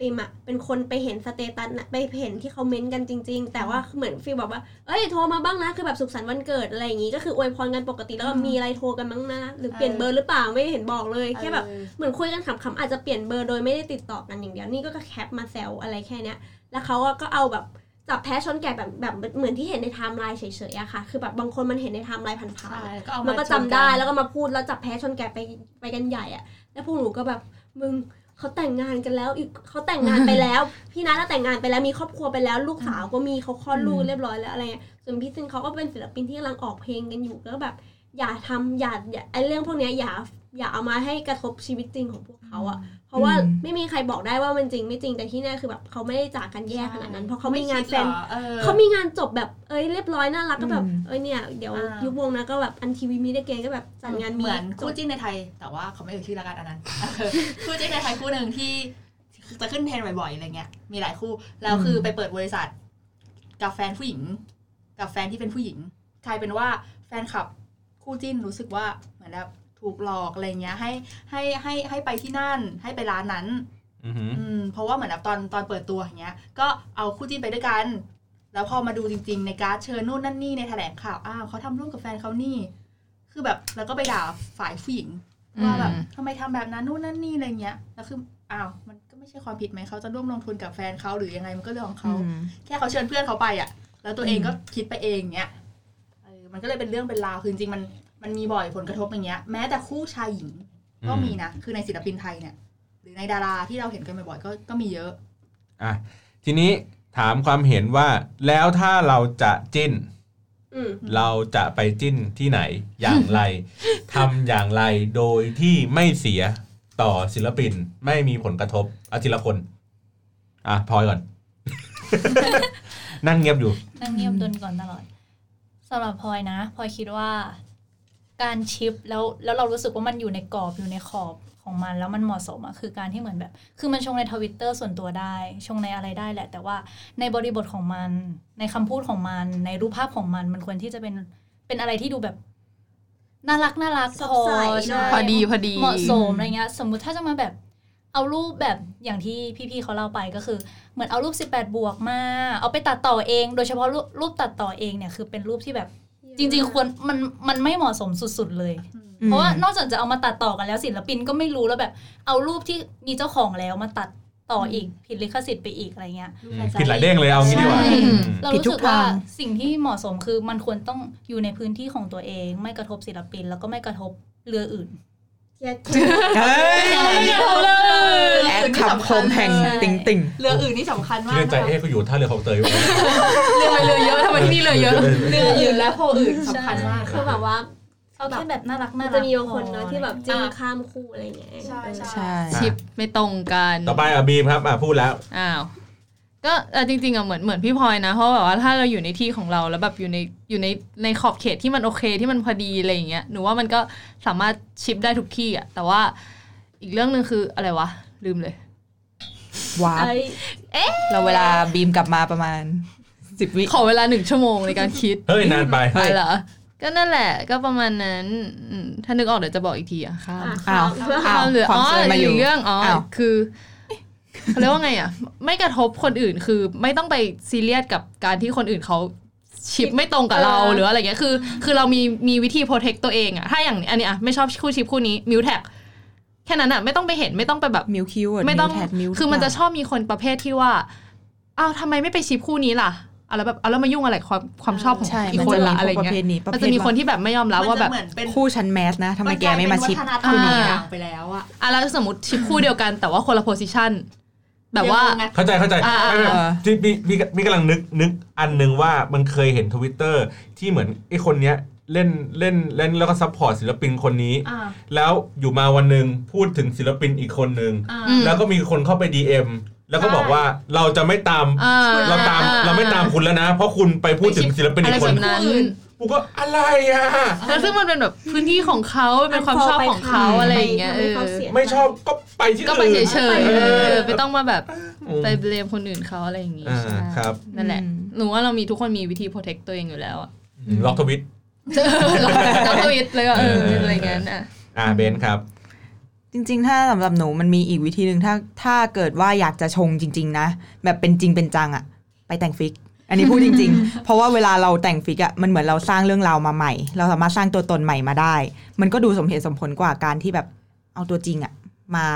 Speaker 4: ปิมอะเป็นคนไปเห็นสเตตัสนะไปเห็นที่เขาเม้นกันจริง ๆ แต่ว่าเหมือนฟีลแบบว่าเอ้ยโทรมาบ้างนะคือแบบสุขสันต์วันเกิดอะไรอย่างงี้ก็คืออวยพรกันปกติแล้วก็
Speaker 5: อืม
Speaker 4: มีอะไรโทรกันบ้างนะหรือเปลี่ยน
Speaker 5: เออ
Speaker 4: เบอร์หรือเปล่าไม่เห็นบอกเลยแค่แบบ
Speaker 5: เออ
Speaker 4: เหมือนคุยกันขำๆอาจจะเปลี่ยนเบอร์โดยไม่ได้ติดต่อกันอย่างเดียวนี่ก็แคปมาแซวอะไรแค่เนี้ย แล้วเขาอะก็เอาแบบจับแพ้ชนแกะแบบแบบเหมือนที่เห็นในไทม์ไลน์เฉยๆอะค่ะ คือแบบบางคนมันเห็นในไทม์ไลน์ผ่านๆ
Speaker 5: ใช่
Speaker 4: อะ
Speaker 5: ก็เอา
Speaker 4: มั
Speaker 5: มัน
Speaker 4: ก็จำได้แล้วก็มาพูดแล้วจับแพ้ชนแกะไปไปกันใหญ่อะแล้วพวกหนูก็แบบมึงเขาแต่งงานกันแล้วอีกเขาแต่งงานไป แล้ว พี่นัทน่ะแต่งงานไปแล้วมีครอบครัวไปแล้ว ลูกสาวก็มีเขาคลอดลูกเรียบร้อยแล้วอะไรเงี้ยส่วนพี่ซินเขาก็เป็นศิลปินที่กำลังออกเพลงกันอยู่ก็แบบ อย่าทำอย่าอย่าไอเรื่องพวกเนี้ยอย่าอย่าเอามาให้กระทบชีวิตจริงของพวกเขาอะเพราะว่า
Speaker 3: อืม
Speaker 4: ไม่มีใครบอกได้ว่ามันจริงไม่จริงแต่ที่แน่คือแบบเขาไม่ได้จากกันแย่ขนาดนั้น เพราะเขามีงานแฟน
Speaker 5: เออ
Speaker 4: เขามีงานจบแบบเอ้ยเรียบร้อยน่ารักก็แบบ
Speaker 3: อืม
Speaker 4: เอ้ยเนี่ยเดี๋ยว
Speaker 5: อ่ายุ
Speaker 4: ยุบวงนะก็แบบอันทีวีมีได้เกณก็แบบจัดงาน
Speaker 5: เหมือน
Speaker 4: จ
Speaker 5: คู่
Speaker 4: บ
Speaker 5: จิ้นในไทย แต่ว่าเขาไม่เอ่ยชื่อละกันอัน นั้น คู่จิ้นในไทยคู่หนึ่งที่จะขึ้นเทรนด์บ่อยๆอะไรเงี้ยมีหลายคู่แล้วคือไปเปิดบริษัท กับแฟนผู้หญิง กับแฟนที่เป็นผู้หญิงกลายเป็นว่าแฟนคลับคู่จิ้นรู้สึกว่าเหมือนแบบถูกหลอกอะไรเงี้ยให้ให้ให้ให้ไปที่นั่น ให้ไปร้านนั้น
Speaker 1: อื้อหือ
Speaker 5: อืมเพราะว่าเหมือนแบบตอนตอนเปิดตัวอย่างเงี้ย ก็เอาคู่จิ้นไปด้วยกัน แล้วพอมาดูจริง ๆ ในการดเชิญนู่นนั่นนี่ในแถลงข่าวอ้าวเขาทำร่วมกับแฟนเขานี่ คือแบบแล้วก็ไปด่าฝ่ายผู้หญิงว่าแบบทำไมทำแบบนั้นนู่นนั่นนี่อะไรเงี้ยแล้วคืออ้าวมันก็ไม่ใช่ความผิดไหมเขาจะร่วมลงทุนกับแฟนเขาหรือยังไงมันก็เรื่องของเขา
Speaker 3: อืม
Speaker 5: แค่เขาเชิญเพื่อนเขาไปอ่ะ แล้วตัวเอง
Speaker 3: อืม
Speaker 5: ก็คิดไปเองเนี้ยเออมันก็เลยเป็นเรื่องเป็นราวคือจริงๆมันมันมีบ่อยผลกระทบอย่างเงี้ย แม้แต่คู่ชายหญิง ก็มีนะ คือในศิลปินไทยเนี่ย หรือในดาราที่เราเห็นกันบ่อยๆก็ก็มีเยอะ
Speaker 1: อ่ะทีนี้ถามความเห็นว่าแล้วถ้าเราจะจิ้น
Speaker 4: อืม
Speaker 1: เราจะไปจิ้นที่ไหนอย่าง ไร ทำอย่างไรโดยที่ไม่เสียต่อศิลปินไม่มีผลกระทบเอาทีละคน อ่ะพลอยก่อน นั่งเงียบอยู่
Speaker 7: นั่งเงียบดนก่อนตลอดสำหรับพลอยนะพลอยคิดว่า การชิปแล้วแล้วเรารู้สึกว่ามันอยู่ในกรอบอยู่ในขอบของมัน แล้วมันเหมาะสมอะคือการที่เหมือนแบบ คือมันชงในทวิตเตอร์ส่วนตัวได้ ชงในอะไรได้แหละ แต่ว่าในบริบทของมัน ในคำพูดของมัน ในรูปภาพของมัน มันควรที่จะเป็นเป็นอะไรที่ดูแบบน่ารักน่ารัก
Speaker 4: สด
Speaker 7: พอ
Speaker 4: ใสหน่
Speaker 7: ใช่
Speaker 4: อย
Speaker 6: พอดีพอดี
Speaker 7: เหมาะสมอะไรเงี้ยสมมุติถ้าจะมาแบบเอารูปแบบอย่างที่พี่ๆเขาเล่าไปก็คือ เหมือนเอารูป 18 บวกมา เอาไปตัดต่อเอง โดยเฉพาะรูปรูปตัดต่อเองเนี่ยคือเป็นรูปที่แบบจริง ๆ ควรมันมันไม่เหมาะสมสุดๆเลย เพราะว่านอกจากจะเอามาตัดต่อกันแล้วศิลปินก็ไม่รู้แล้วแบบ เอารูปที่มีเจ้าของแล้วมาตัดต่ออีกผิดลิขสิทธิ์ไปอีกอะไรเงี้ย
Speaker 5: ดูแฟนๆ
Speaker 1: ผิดหลายเด้งเลยเอางี้ดีกว่า
Speaker 7: ใช่
Speaker 1: อืม
Speaker 7: เรา
Speaker 3: ผิด
Speaker 7: รู้
Speaker 3: ทุ
Speaker 7: สึ
Speaker 3: ก
Speaker 7: กว่า
Speaker 3: ทาง
Speaker 7: สิ่งที่เหมาะสมคือมันควรต้องอยู่ในพื้นที่ของตัวเอง ไม่กระทบศิลปินแล้วก็ไม่กระทบเรืออื่น
Speaker 4: เจี๊ยบ
Speaker 3: เฮ้ย
Speaker 5: เรื่
Speaker 3: แอ
Speaker 5: อง
Speaker 3: ด
Speaker 5: อื่นที่
Speaker 3: คำคมแห่ง
Speaker 5: สำคัญ
Speaker 3: ติ่งติ่ง
Speaker 5: เรืออื่นนี่สำคัญมาก
Speaker 1: เรื่อง
Speaker 5: นะ
Speaker 1: ใจ
Speaker 5: คะ
Speaker 1: เอ๊ะเขาอยู่ท่าเรือของเตยอยู่
Speaker 5: เรือเรือเยอะทำไมที่นี่เรือเยอะ
Speaker 1: เรือเยอะ
Speaker 5: เรืออื่นและโพลอื่นสำคัญมาก
Speaker 4: คือแบบว่า
Speaker 7: เอาแค่แบบน่ารัก
Speaker 4: มั
Speaker 7: น่าน รัก
Speaker 4: จะมีบางคนเนอะที่แบบจิ้น
Speaker 5: อ่ะ
Speaker 4: ข้ามคู่อะไรอย่างเงี้ย
Speaker 5: ใช่
Speaker 4: เออ
Speaker 5: ใช่
Speaker 3: ใช่
Speaker 6: ชิปไม่ตรงกัน
Speaker 1: ต่อไปอ่ะบีมครับ อ่ะพูดแล้ว
Speaker 6: อ้าว ก็เอ่อจริงๆอ่ะเหมือนเหมือนพี่พลอยนะ เพราะแบบว่าถ้าเราอยู่ในที่ของเราแล้วแบบอยู่ในอยู่ในในขอบเขตที่มันโอเคที่มันพอดีอะไรอย่างเงี้ยหนูว่ามันก็สามารถชิปได้ทุกที่อ่ะแต่ว่าอีกเรื่องหนึ่งคืออะไรวะ ลืมเลย
Speaker 3: ว้าว
Speaker 4: ไอ้
Speaker 3: เราเวลาบีมกลับมาประมาณสิบวิ
Speaker 6: ขอเวลาหนึ่งชั่วโมงในการคิด
Speaker 1: เฮ้ย นานไป
Speaker 6: อะไรเหรอ ก็นั่นแหละก็ประมาณนั้นอืมถ้านึกออกเดี๋ยวจะบอกอีกทีอ่ะค่ะ
Speaker 4: อ่ะ
Speaker 3: อ้าว
Speaker 4: เพื่อ
Speaker 6: ข้ามเหลือ
Speaker 3: ความ
Speaker 6: อ๋อ
Speaker 3: เชื่อมาอยู่
Speaker 6: อีกเรื่องอ๋ออ
Speaker 3: าว
Speaker 6: คือเขาเรียกว่าไงอ่ะ ไม่กระทบคนอื่นคือไม่ต้องไปซีเรียสกับการที่คนอื่นเขาชิปไม่ตรงกับเราหรืออะไรเงี้ยคือ คือเรามีมีวิธีโปรเทคตัวเองอ่ะถ้าอย่างอันนี้อ่ะไม่ชอบคู่ชิปคู่นี้มิวแท็กแค่นั้นอ่ะไม่ต้องไปเห็นไม่ต้องไปแบบ
Speaker 3: มิวคิว
Speaker 6: ไม่ต้อง
Speaker 3: แทดมิว
Speaker 6: คือมันจะชอบมีคนประเภทที่ว่า อ้าวทำไมไม่ไปชิปคู่นี้ล่ะเอาแล้วแบบเอาแล้วมายุ่งอะไรความความชอบของ
Speaker 3: ใช่
Speaker 6: อีก
Speaker 3: มัน
Speaker 6: คน
Speaker 3: จะมี
Speaker 6: ละอะไร
Speaker 3: พวกประ
Speaker 6: เงี้ย
Speaker 3: เภทนี้ประ
Speaker 6: มัน
Speaker 3: เภ
Speaker 6: จะ
Speaker 3: ท
Speaker 6: มีคน
Speaker 3: ว่า
Speaker 6: ที่แบบไม่ยอมรับว่าแบบ
Speaker 5: นจะเหมือนเป็น
Speaker 3: คู่ชั้นแมสนะทำไมแกไม่มาชิป
Speaker 5: นกลยเป็นวัฒนธรรม
Speaker 6: อ่า
Speaker 5: อย่างไปแล้วอะ
Speaker 6: อ่ะแล้วสมมติชิปคู่เดียวกัน แต่ว่าคนละโพสิชันแบบว่า
Speaker 5: เดี๋ยงงอะ
Speaker 1: เข้าใจเข้าใจ
Speaker 6: อ่าอ่า
Speaker 1: ไม่ไม่
Speaker 3: อ่า
Speaker 1: ที่มีมีมีกำลังนึกนึกอันหนึ่งว่ามันเคยเห็นทวิตเตอร์ที่เหมือนไอ้คนเนี้ยเล่นเล่นเล่นแล้วก็ซัพพอร์ตศิลปินคนนี้
Speaker 5: อ่า
Speaker 1: แล้วอยู่มาวันหนึ่งพูดถึงศิลปินอีกคนหนึ่ง
Speaker 5: อ่า
Speaker 6: อืม
Speaker 1: แล้วก็มีคนเข้าไป DM แล้วก็บอกว่าเราจะไม่ตาม
Speaker 6: อ่
Speaker 1: เราตาม
Speaker 6: อ่
Speaker 1: เราไม่ตามคุณแล้วนะ เพราะคุณไปพูดถึงศิลปิน
Speaker 6: อะ
Speaker 1: อี
Speaker 6: ไร
Speaker 1: กค
Speaker 6: แบ
Speaker 1: น
Speaker 6: บนั้น
Speaker 5: คนอื่น
Speaker 1: กูก็อะไรอ่ะ
Speaker 6: แล้วซึ่งมันเป็นแบบพื้นที่ของเขาเป็นความชอบของเขาอะไรอย่างเงี้ย
Speaker 4: ทำ
Speaker 6: เอ
Speaker 4: ให้
Speaker 6: อ
Speaker 4: ขาเสียใจ
Speaker 1: ไม่ชอบก็ไปที่
Speaker 6: ก็
Speaker 1: อื่น
Speaker 6: ไปเฉยๆ
Speaker 1: อ
Speaker 6: เอ
Speaker 1: อ
Speaker 6: อไม่ต้องมาแบบ
Speaker 1: อืม
Speaker 6: ไปเบลมคนอื่นเขาอะไรอย่างงี้
Speaker 1: อ่า
Speaker 6: ใช่
Speaker 1: ครับ
Speaker 6: นั่นแหละ
Speaker 3: อืม
Speaker 6: หนูว่าเรามีทุกคนมีวิธีโปรเทคตัวเองอยู่แล้วอะ
Speaker 1: ล็อกทวิต
Speaker 6: เราทวิตเลยว่าเออ
Speaker 1: เอออ
Speaker 6: อะไรเงี้ยอ่ะ
Speaker 1: อ่าเบนซ์ครับ
Speaker 3: จริงๆ ถ้าสำหรับหนูมันมีอีกวิธีหนึ่งถ้าถ้าเกิดว่าอยากจะชงจริง ๆ นะ แบบเป็นจริงเป็นจังอะไปแต่งฟิก อันนี้พูดจริง ๆ เพราะว่าเวลาเราแต่งฟิกอะมันเหมือนเราสร้างเรื่องราวมาใหม่ เราสามารถสร้างตัวตนใหม่มาได้ มันก็ดูสมเหตุสมผลกว่าการที่แบบเอาตัวจริงอะมา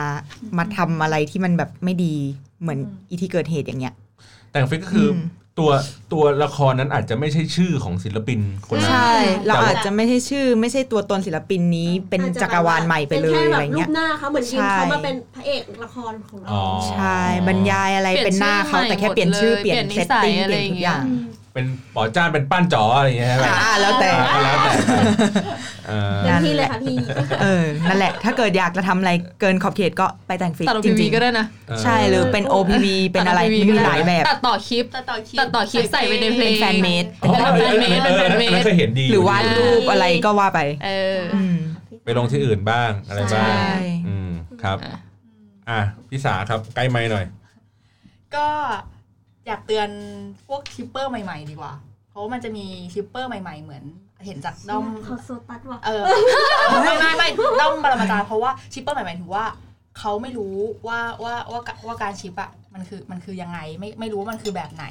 Speaker 3: มาทำอะไรที่มันแบบไม่ดีเหมือนอีที่เกิดเหตุอย่างเงี้ย
Speaker 1: แต่งฟิกก็คืออ
Speaker 3: ม
Speaker 1: ตัวตัวละครนั้นอาจจะไม่ใช่ชื่อของศิลปินคนนั้น
Speaker 3: ใช่ เรา
Speaker 1: แต่ว่า
Speaker 3: อาจจะไม่ใช่ชื่อ ไม่ใช่ตัวตนศิลปินนี้เป็นจักรวาลใหม่ไปเลยอะไร
Speaker 4: ป็นแค่แบบรู
Speaker 3: เงี้ย
Speaker 4: ปหน้าเขาเหมือนยืม
Speaker 3: ใช่
Speaker 4: เขามาเป็นพระเอกละครของเรา
Speaker 1: อ๋อ
Speaker 3: ใช่บรรยายอะไรเป็นหน้าเขาแต่แค่เปลี่ยนชื่อเปลี่ยนเซตติ้งเปลี่ยนทุกอย่าง
Speaker 4: อืม
Speaker 1: เป็นป๋อจ้านเป็นป้านจ๋ออะไรอย่างเงี้ยใช่ไหม
Speaker 3: อ่าแล้วแต่
Speaker 1: อ่าก็แล้วแต่ไปเออ
Speaker 4: เต็มที่เลยค่ะพี่
Speaker 3: เออ นั่นแหละ ถ้าเกิดอยากจะทำอะไรเกินขอบเขตก็ไปแต่งฟิก
Speaker 6: ตัดออก
Speaker 3: จ
Speaker 6: ทีวี
Speaker 3: ริง
Speaker 6: ก็ได้นะ
Speaker 3: ๆ ใช่หรือเป็น OPV เป็นอะไร
Speaker 6: ตัดก TV
Speaker 3: มี
Speaker 6: ก็ด้
Speaker 3: หลายแบบ
Speaker 6: ตัดต่อคลิป
Speaker 5: ตัดต่อคลิป
Speaker 6: ตัดต่อคลิปใส่ไปในเพลง
Speaker 3: เป็นแฟนเมด
Speaker 1: อ๋อเออเออเอออันนั้นเคยเห็นดี
Speaker 3: หรือวาดรูปอะไรก็ว่าไป
Speaker 6: เออ
Speaker 3: อืม
Speaker 1: ไปลงที่อื่นบ้างอะไรบ้าง
Speaker 3: ใช่
Speaker 1: อืมครับ อ่ะพี่สาครับใกล้ไม้หน่อย
Speaker 5: ก็อยากเตือนพวกทริปเปอร์ใหม่ ๆ ดีกว่า เพราะว่ามันจะมีทริปเปอร์ใหม่ ๆ เหมือน เห็นจากด้อม
Speaker 4: ขอโซตัสว่ะ
Speaker 5: เออ ไม่ไม่ไม่ต้องปรมาจารย์เพราะว่าชิปเปอร์หมายหมายถึงว่าเขาไม่รู้ว่าว่าว่าว่าการชิปอะมันคือมันคือยังไงไม่ไม่รู้ว่ามันคือแบบไหน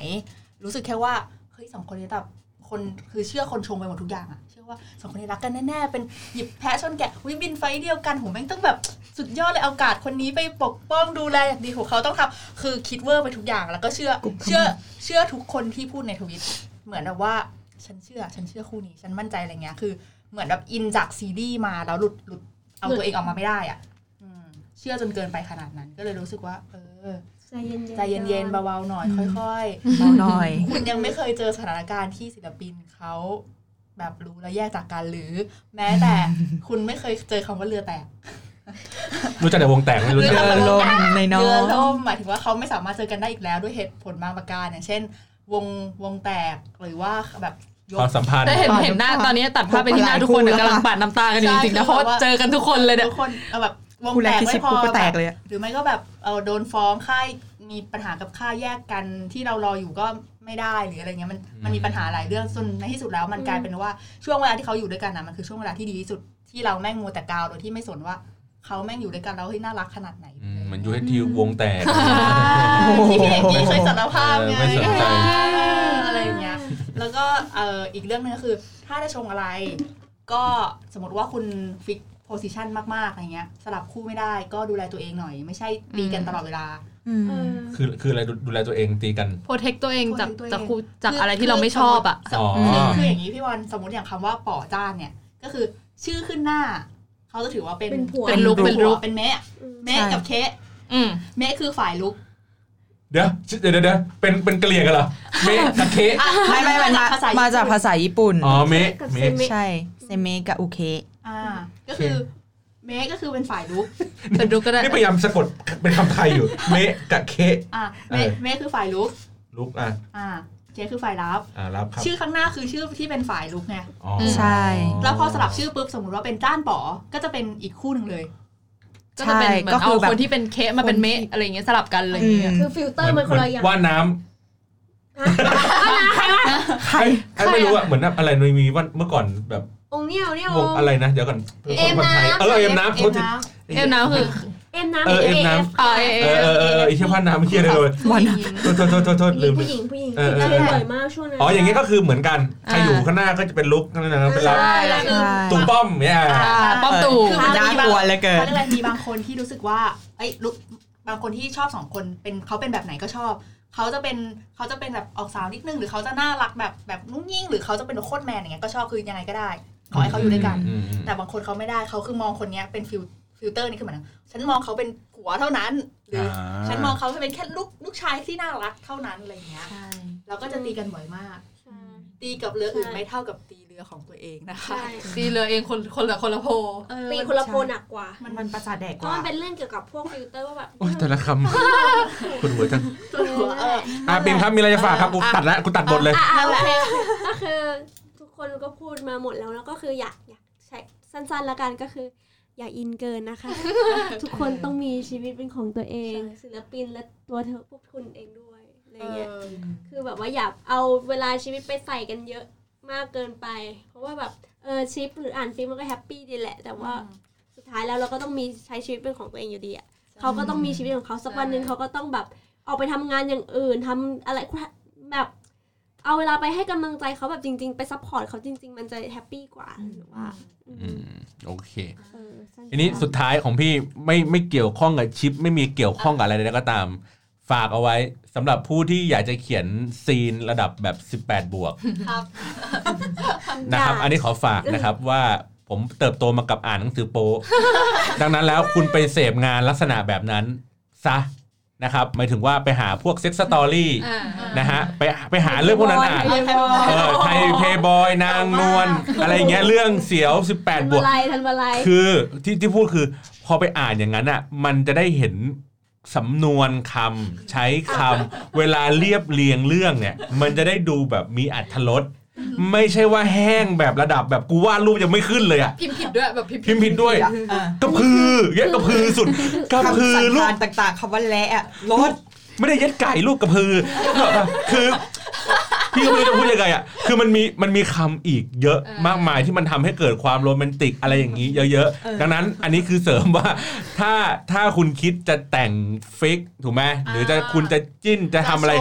Speaker 5: รู้สึกแค่ว่าเฮ้ยสองคนนี้แบบคนคือเชื่อคนชงไปหมดทุกอย่างอะเชื่อว่าสองคนนี้รักกันแน่ๆเป็นหยิบแพะชนแกะวิบินไฟท์เดียวกันโหแม่งต้องแบบสุดยอดเลยเอากาศคนนี้ไปปกป้องดูแลอย่างดีของเขาต้องทำคือคิดเวอร์ไปทุกอย่างแล้วก็เชื่อเชื่อเชื่อทุกคนที่พูดในทวิตเหมือนแบบว่าฉันเชื่อฉันเชื่อคู่นี้ฉันมั่นใจอะไรเงี้ยคือ เหมือนแบบอินจากซีรีส์มาแล้วหลุดหลุดเอาตัวเองออกมาไม่ได้อ่ะอืมเชื่อจนเกินไปขนาดนั้น ก็เลยรู้สึกว่า เออ
Speaker 4: ใจเย็นๆ
Speaker 5: ใจเย็นๆเบาๆหน่อย
Speaker 3: อืม
Speaker 5: ค่อย
Speaker 3: เบาหน่อย
Speaker 5: ๆ คุณยังไม่เคยเจอสถานการณ์ที่ศิลปินเขาแบบรู้และแยกจากกันหรือ แม้แต่ คุณไม่เคยเจอคำว่าเรือแตก
Speaker 1: รู้จักแต่วงแต่งไม่รู้จัก
Speaker 3: เรือลมในน้อ
Speaker 5: เรือง ล่มหมายถึงว่าเขาไม่สามารถเจอกันได้อีกแล้วด้วยเหตุผลบางประการอย่างเช่น วงวงแตกหรือว่าแบบย
Speaker 1: ความ
Speaker 5: ก
Speaker 1: สัมพันธ์
Speaker 6: ได้เห็นเห็นหน้าตอนนี้ตัดภาพไปที่หน้าทุกคน
Speaker 3: หลายคู่
Speaker 6: กำลัง
Speaker 3: แล้วค่ะ
Speaker 6: ปาดน้ำตากันอยู่จริงๆนะเพราะว่าเจอกันทุกคนเลยเนี่ย
Speaker 5: ทุกคนเอาแบบวง
Speaker 3: กูแล
Speaker 5: แตก
Speaker 3: คิด
Speaker 5: ไม่
Speaker 3: สิบ
Speaker 5: พอ
Speaker 3: กูก็แตก
Speaker 5: บบ
Speaker 3: เลยอะ
Speaker 5: หรือไม่ก็แบบเออโดนฟ้องค่ายมีปัญหากับค่ายแยกกันที่เรารออยู่ก็ไม่ได้หรืออะไรเงี้ยมันมันมีปัญหาหลายเรื่องจนในที่สุดแล้วมันกลายเป็นว่าช่วงเวลาที่เขาอยู่ด้วยกันนะมันคือช่วงเวลาที่ดีที่สุดที่เราแม่งมัวแต่กาวโดยที่ไม่สนว่าเขาแม่งอยู่ด้วยกันแล้วเฮ้ยน่ารักขนาดไหน
Speaker 1: อืมเหมือนยูเอทีวงแตก
Speaker 5: ที่พี่เอกกี้เคยสารภาพไง
Speaker 1: เออไม่สนใจ
Speaker 5: เอออะไรอย่างเงี้ย แล้วก็เอ่ออีกเรื่องหนึงก็คือ ถ้าจะชงอะไร ก็สมมติว่าคุณฟิกโพสิชันมากๆอะไรเงี้ย สลับคู่ไม่ได้ก็ดูแลตัวเองหน่อย ไม่ใช่ตีกันตลอดเวลา
Speaker 3: อืม
Speaker 4: เออ
Speaker 1: คือคืออะไรดูดูแลตัวเองตีกัน
Speaker 6: โปรเทคตัวเองจาก
Speaker 5: โปรเทคตัวเอง
Speaker 6: จากครูจากอะไรที่เราไม่ชอบอ่ะ
Speaker 5: สม
Speaker 1: อ๋
Speaker 5: ม
Speaker 1: อ
Speaker 5: ติคืออย่างนี้พี่บอลสมมติอย่างคำว่าป่อจ้านเนี่ย ก็คือชื่อขึ้นหน้า เขาจะถือว่าเป็น
Speaker 4: เป็นผัว
Speaker 6: เป็นลุกเป็นลุก
Speaker 5: เป็นเมะเมะ
Speaker 3: ใช่
Speaker 5: กับเคะ
Speaker 6: อืม
Speaker 5: เมะคือฝ่ายลุก
Speaker 1: เดี๋ยวเดี๋ยวเดี๋ยวเดี๋ยวเป็นเป็นกะเหรี่ยงกันเหรอเมะตะเค
Speaker 3: ไม่ไม่ไม่มา
Speaker 5: ภษญี่ปุ่น
Speaker 3: มาจากภาษาญี่ปุ่น
Speaker 1: อ๋อเมะ
Speaker 4: กับเซ
Speaker 1: เมะ
Speaker 4: เมะ
Speaker 3: ใช่ เซเมกะอุเค
Speaker 5: อ่าก็คือเมะก็คือเป็นฝ่ายลุก
Speaker 6: เป็นลุกก็ได้
Speaker 1: นี่พยายามสะกดเป็นคำไทยอยู่ เมะกะเค
Speaker 5: อ่าเมะ
Speaker 1: เออ
Speaker 5: เมะคือฝ่ายลุก
Speaker 1: ลุกอ่ะ
Speaker 5: อ่าเจ๊คือฝ่ายรับ
Speaker 1: อ่ารับครับ
Speaker 5: ชื่อข้างหน้าคือชื่อที่เป็นฝ่ายลุกไง
Speaker 1: อ๋อ
Speaker 3: ใช่
Speaker 5: แล้วพอสลับชื่อปุ๊บสมมติว่าเป็นจ้านป๋อ ก็จะเป็นอีกคู่หนึ่งเลย
Speaker 6: ก็จะเป็น
Speaker 3: ใช่
Speaker 6: เหมือ
Speaker 3: ก็
Speaker 6: น
Speaker 3: คื
Speaker 6: เอา
Speaker 3: อแบบ
Speaker 6: คนที่เป็นเคะมาเป็นเมะอะไรอย่างเงี้ยสลับกันอะไรอ
Speaker 3: อื
Speaker 6: ย่า
Speaker 3: ม
Speaker 6: งเงี้ย
Speaker 4: คือฟิลเต
Speaker 1: เห
Speaker 4: อ
Speaker 1: มือ
Speaker 4: ร์
Speaker 1: น
Speaker 4: มันคนละอย่าง
Speaker 1: ว่าน้ำ
Speaker 3: ใคร
Speaker 1: ไอ้ไม่รู้อะเหมือนอะไรมันมีวันเมื่อก่อนแบบ
Speaker 4: องค์เนี่ยองค์เนี่ย
Speaker 1: ง
Speaker 4: วง
Speaker 1: อะไรนะเดี๋ยวก่อน
Speaker 4: เอ็มน้ำ
Speaker 1: เออเอ็มน้ำ
Speaker 8: เอ็
Speaker 1: โท
Speaker 8: ม
Speaker 1: ษที
Speaker 8: น้
Speaker 6: เอ็มน้ำคือ
Speaker 4: เอ็มน้ำ
Speaker 1: เออเอ็มน้ำ
Speaker 4: เอฟ
Speaker 6: อ่าเอ
Speaker 1: เออ
Speaker 6: เอ
Speaker 1: เออเออเออไอ้เชี่ยพลาดน้ำไม่เชี่ยเลยเลย
Speaker 3: วัน
Speaker 5: ผู้หญิง
Speaker 1: โทษโทษโทษโทษโทษลืม
Speaker 4: ผู้หญิงผู้หญิง
Speaker 1: เออเอ
Speaker 4: เจ
Speaker 1: อ
Speaker 4: อบ่อยมากช่วงนั้น
Speaker 1: อ๋ออย่างเงี้ยก็คือเหมือนกันใครอยู่ข้างหน้าก็จะเป็นลุกนั่นนะเป็นเรา
Speaker 4: ใช่แล้วคือ
Speaker 1: ตู่ป้อมเนี่ย
Speaker 3: อ่า
Speaker 6: ป้อมตู่
Speaker 5: คือ
Speaker 3: น่ากลัวเหลือเกิ
Speaker 5: เขา
Speaker 3: น
Speaker 5: เรียกอะไรมีบางคนที่รู้สึกว่าไอ้ยลูกบางคนที่ชอบสองคนเป็นเขาเป็นแบบไหนก็ชอบเขาจะเป็นเขาจะเป็นแบบออกสาวนิดนึงหรือเขาจะน่ารักแบบแบบนุ่งยิ่งหรือเขาจะเป็นโคตรแมนอย่างเงี้ยก็ชอบคือยังไงก็ได้ขอให้เขาอยู่ด้วยกัน
Speaker 1: อืมอืม
Speaker 5: แต่บางคนเขาไม่ได้เขาคือมองคนเนี้ยเป็นฟิลฟิลเตอร์นี่คือเหมือนฉันมองเขาเป็นผัวเท่านั้น หรืออฉันมองเขาเป็นแค่ลูกลูกชายที่น่ารักเท่านั้นอะไรอย่างเงี้ยเราก็จะตีกันบ่อยมาก ตีกับเรืออื่น
Speaker 4: ใช่
Speaker 5: ไม่เท่ากับตีเรือของตัวเองนะคะ
Speaker 4: ใช่
Speaker 6: ตีเรือเองคนคนละคนละโพล
Speaker 5: เออ
Speaker 4: ปีคนละโพลหนักกว่า
Speaker 5: มัน
Speaker 8: มันประสาทแดก
Speaker 4: เพ
Speaker 8: ก
Speaker 4: ราะ
Speaker 8: ว่า
Speaker 4: มันเป็นเรื่องเกี่ยวกับพวกฟิลเตอร์ว่าแบบ
Speaker 1: โอ้ยแต่ละค ำคุณหัวจัง
Speaker 5: ตัวหัวเออ
Speaker 1: อ่ะปิมครับมีอะไรจะฝากครับกูตัดละกูตัดบทเลย
Speaker 4: อ่ะอ่ะ
Speaker 5: นั่น
Speaker 4: โอเค
Speaker 5: แหละ
Speaker 4: ก็คือทุกคนก็พูดมาหมดแล้วแล้วก็คืออยากอยากใช้สั้นๆละกันก็คือ อย่าอินเกินนะคะ ทุกคนต้องมีชีวิตเป็นของตัวเอง ศิลปินและตัวเธอพวกคุณเองด้วยอะไรเงี้ย คือแบบว่าอย่าเอาเวลาชีวิตไปใส่กันเยอะมากเกินไป เพราะว่าแบบเออชิปหรืออ่านฟิล์มมันก็แฮปปี้ดีแหละ แต่ว่าสุดท้ายแล้วเราก็ต้องมีใช้ชีวิตเป็นของตัวเองอยู่ดีอะเขาก็ต้องมีชีวิตของเขาสักวันหนึ่งเขาก็ต้องแบบออกไปทำงานอย่างอื่นทำอะไรแบบ เอาเวลาไปให้กำลังใจเขาแบบจริง ๆ ไปซัพพอร์ตเขาจริง ๆ มันจะแฮปปี้กว่าหรือว่า
Speaker 1: อืมโอเค
Speaker 4: เออสั้ๆ
Speaker 1: ทีนี้สุดท้ายของพี่ไม่ไม่เกี่ยวข้องกับชิป ไม่มีเกี่ยวข้องกับอะไรใดๆก็ตาม ฝากเอาไว้สำหรับผู้ที่อยากจะเขียนซีนระดับแบบ 18 บวก
Speaker 5: ครับ
Speaker 1: นะครับ
Speaker 4: อย่า
Speaker 1: อันนี้ขอฝากนะครับว่าผมเติบโตมากับอ่านหนังสือโป๊ ดังนั้นแล้วคุณไปเสพงานลักษณะแบบนั้นซะนะครับหมายถึงว่าไปหาพวกเซ็กสตอรี่
Speaker 6: อ่า
Speaker 1: นะฮะไปไปหาเรื่องพวกนั้นอ่าน เออไทยเพย์บอยนางนวลอะไรอย่างเงี้ยเรื่องเสียว
Speaker 4: ทัน
Speaker 1: 18 บว
Speaker 4: วาก ไลยทันวาไลย
Speaker 1: คือที่ที่พูดคือ พอไปอ่านอย่างนั้นอ่ะมันจะได้เห็นสำนวนคำใช้ค ำ เวลาเรียบเรียงเรื่องเนี่ย มันจะได้ดูแบบมีอัธรสไม่ใช่ว่าแห้งแบบระดับแบบกูวาดรูปยังไม่ขึ้นเลยอ่ะ
Speaker 6: พิมพ์ผิดด้วยแบบพิมพ์
Speaker 1: พิมพ์ผิดด้วย
Speaker 3: อ่าก
Speaker 1: ระพือเย็ดกระพือสุดกระพือ
Speaker 3: คำสัน
Speaker 1: ลู
Speaker 3: ธาก นต่างๆคำว่าและอะรถ
Speaker 1: ไม่ได้เย็ดไก่ลูกกระพือ คือ พี่ก็ไม่รู้จะพูดยังไงอ่ะ คือมันมีมันมีคำอีกเยอะมากมายที่มันทำให้เกิดความโรแมนติกอะไรอย่างนี้เยอะ
Speaker 3: เออ
Speaker 1: ๆ ดังนั้นอันนี้คือเสริมว่า ถ้าถ้าคุณคิดจะแต่งฟิกถูกไหมหรือจะ
Speaker 5: อ่า
Speaker 1: คุณจะจิ้นจะทำอะไร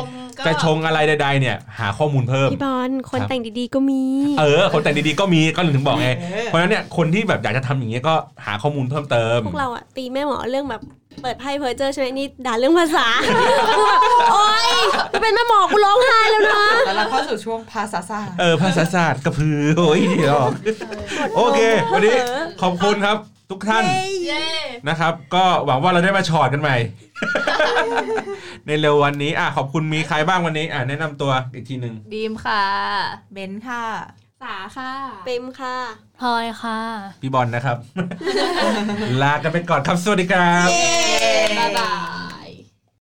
Speaker 1: จะช
Speaker 5: ม
Speaker 1: งอะไรใด ๆ เนี่ย หาข้อมูลเพิ่ม
Speaker 4: พี่บอลคนแต่งดีๆก็มี
Speaker 1: เออ คนแต่งดีๆก็มีก็ถึงบอกไง
Speaker 3: เออ
Speaker 1: เพราะฉะนั้นเนี่ยคนที่แบบอยากจะทำอย่างนี้ยก็หาข้อมูลเพิ่มเติม
Speaker 4: พวกเราอะตีแม่หมอเรื่องแบบเปิดไพ่เพอร์เจอร์ใช่ไหมนี่ด่าเรื่องภาษ า กูแบบโอ๊ยกูเป็นแม่หมอกูร้องไห้แล้วนะ
Speaker 3: แล้วเราเข้าสู่ช่วงภาษาศาสตร์
Speaker 1: เออภาษาศาสตร์กระพือโอ้ยหรอกโอเค วันนี้ขอบคุณครับทุกท่าน
Speaker 5: เย้
Speaker 1: นะครับ ก็หวังว่าเราได้มาชอดกันใหม่ ในเร็ววันนี้ อ่ะขอบคุณมีใครบ้างวันนี้ อ่ะแนะนำตัวอีกทีหนึ่ง
Speaker 6: บีมค่ะ
Speaker 3: เบนซ์ค่ะ
Speaker 5: สาค่ะ
Speaker 4: เต็มค่ะ
Speaker 7: พลอยค่ะ
Speaker 1: พี่บอลนะครับ ลากันไปก่อนครับ สวัสดีครับ
Speaker 6: บ๊ายบาย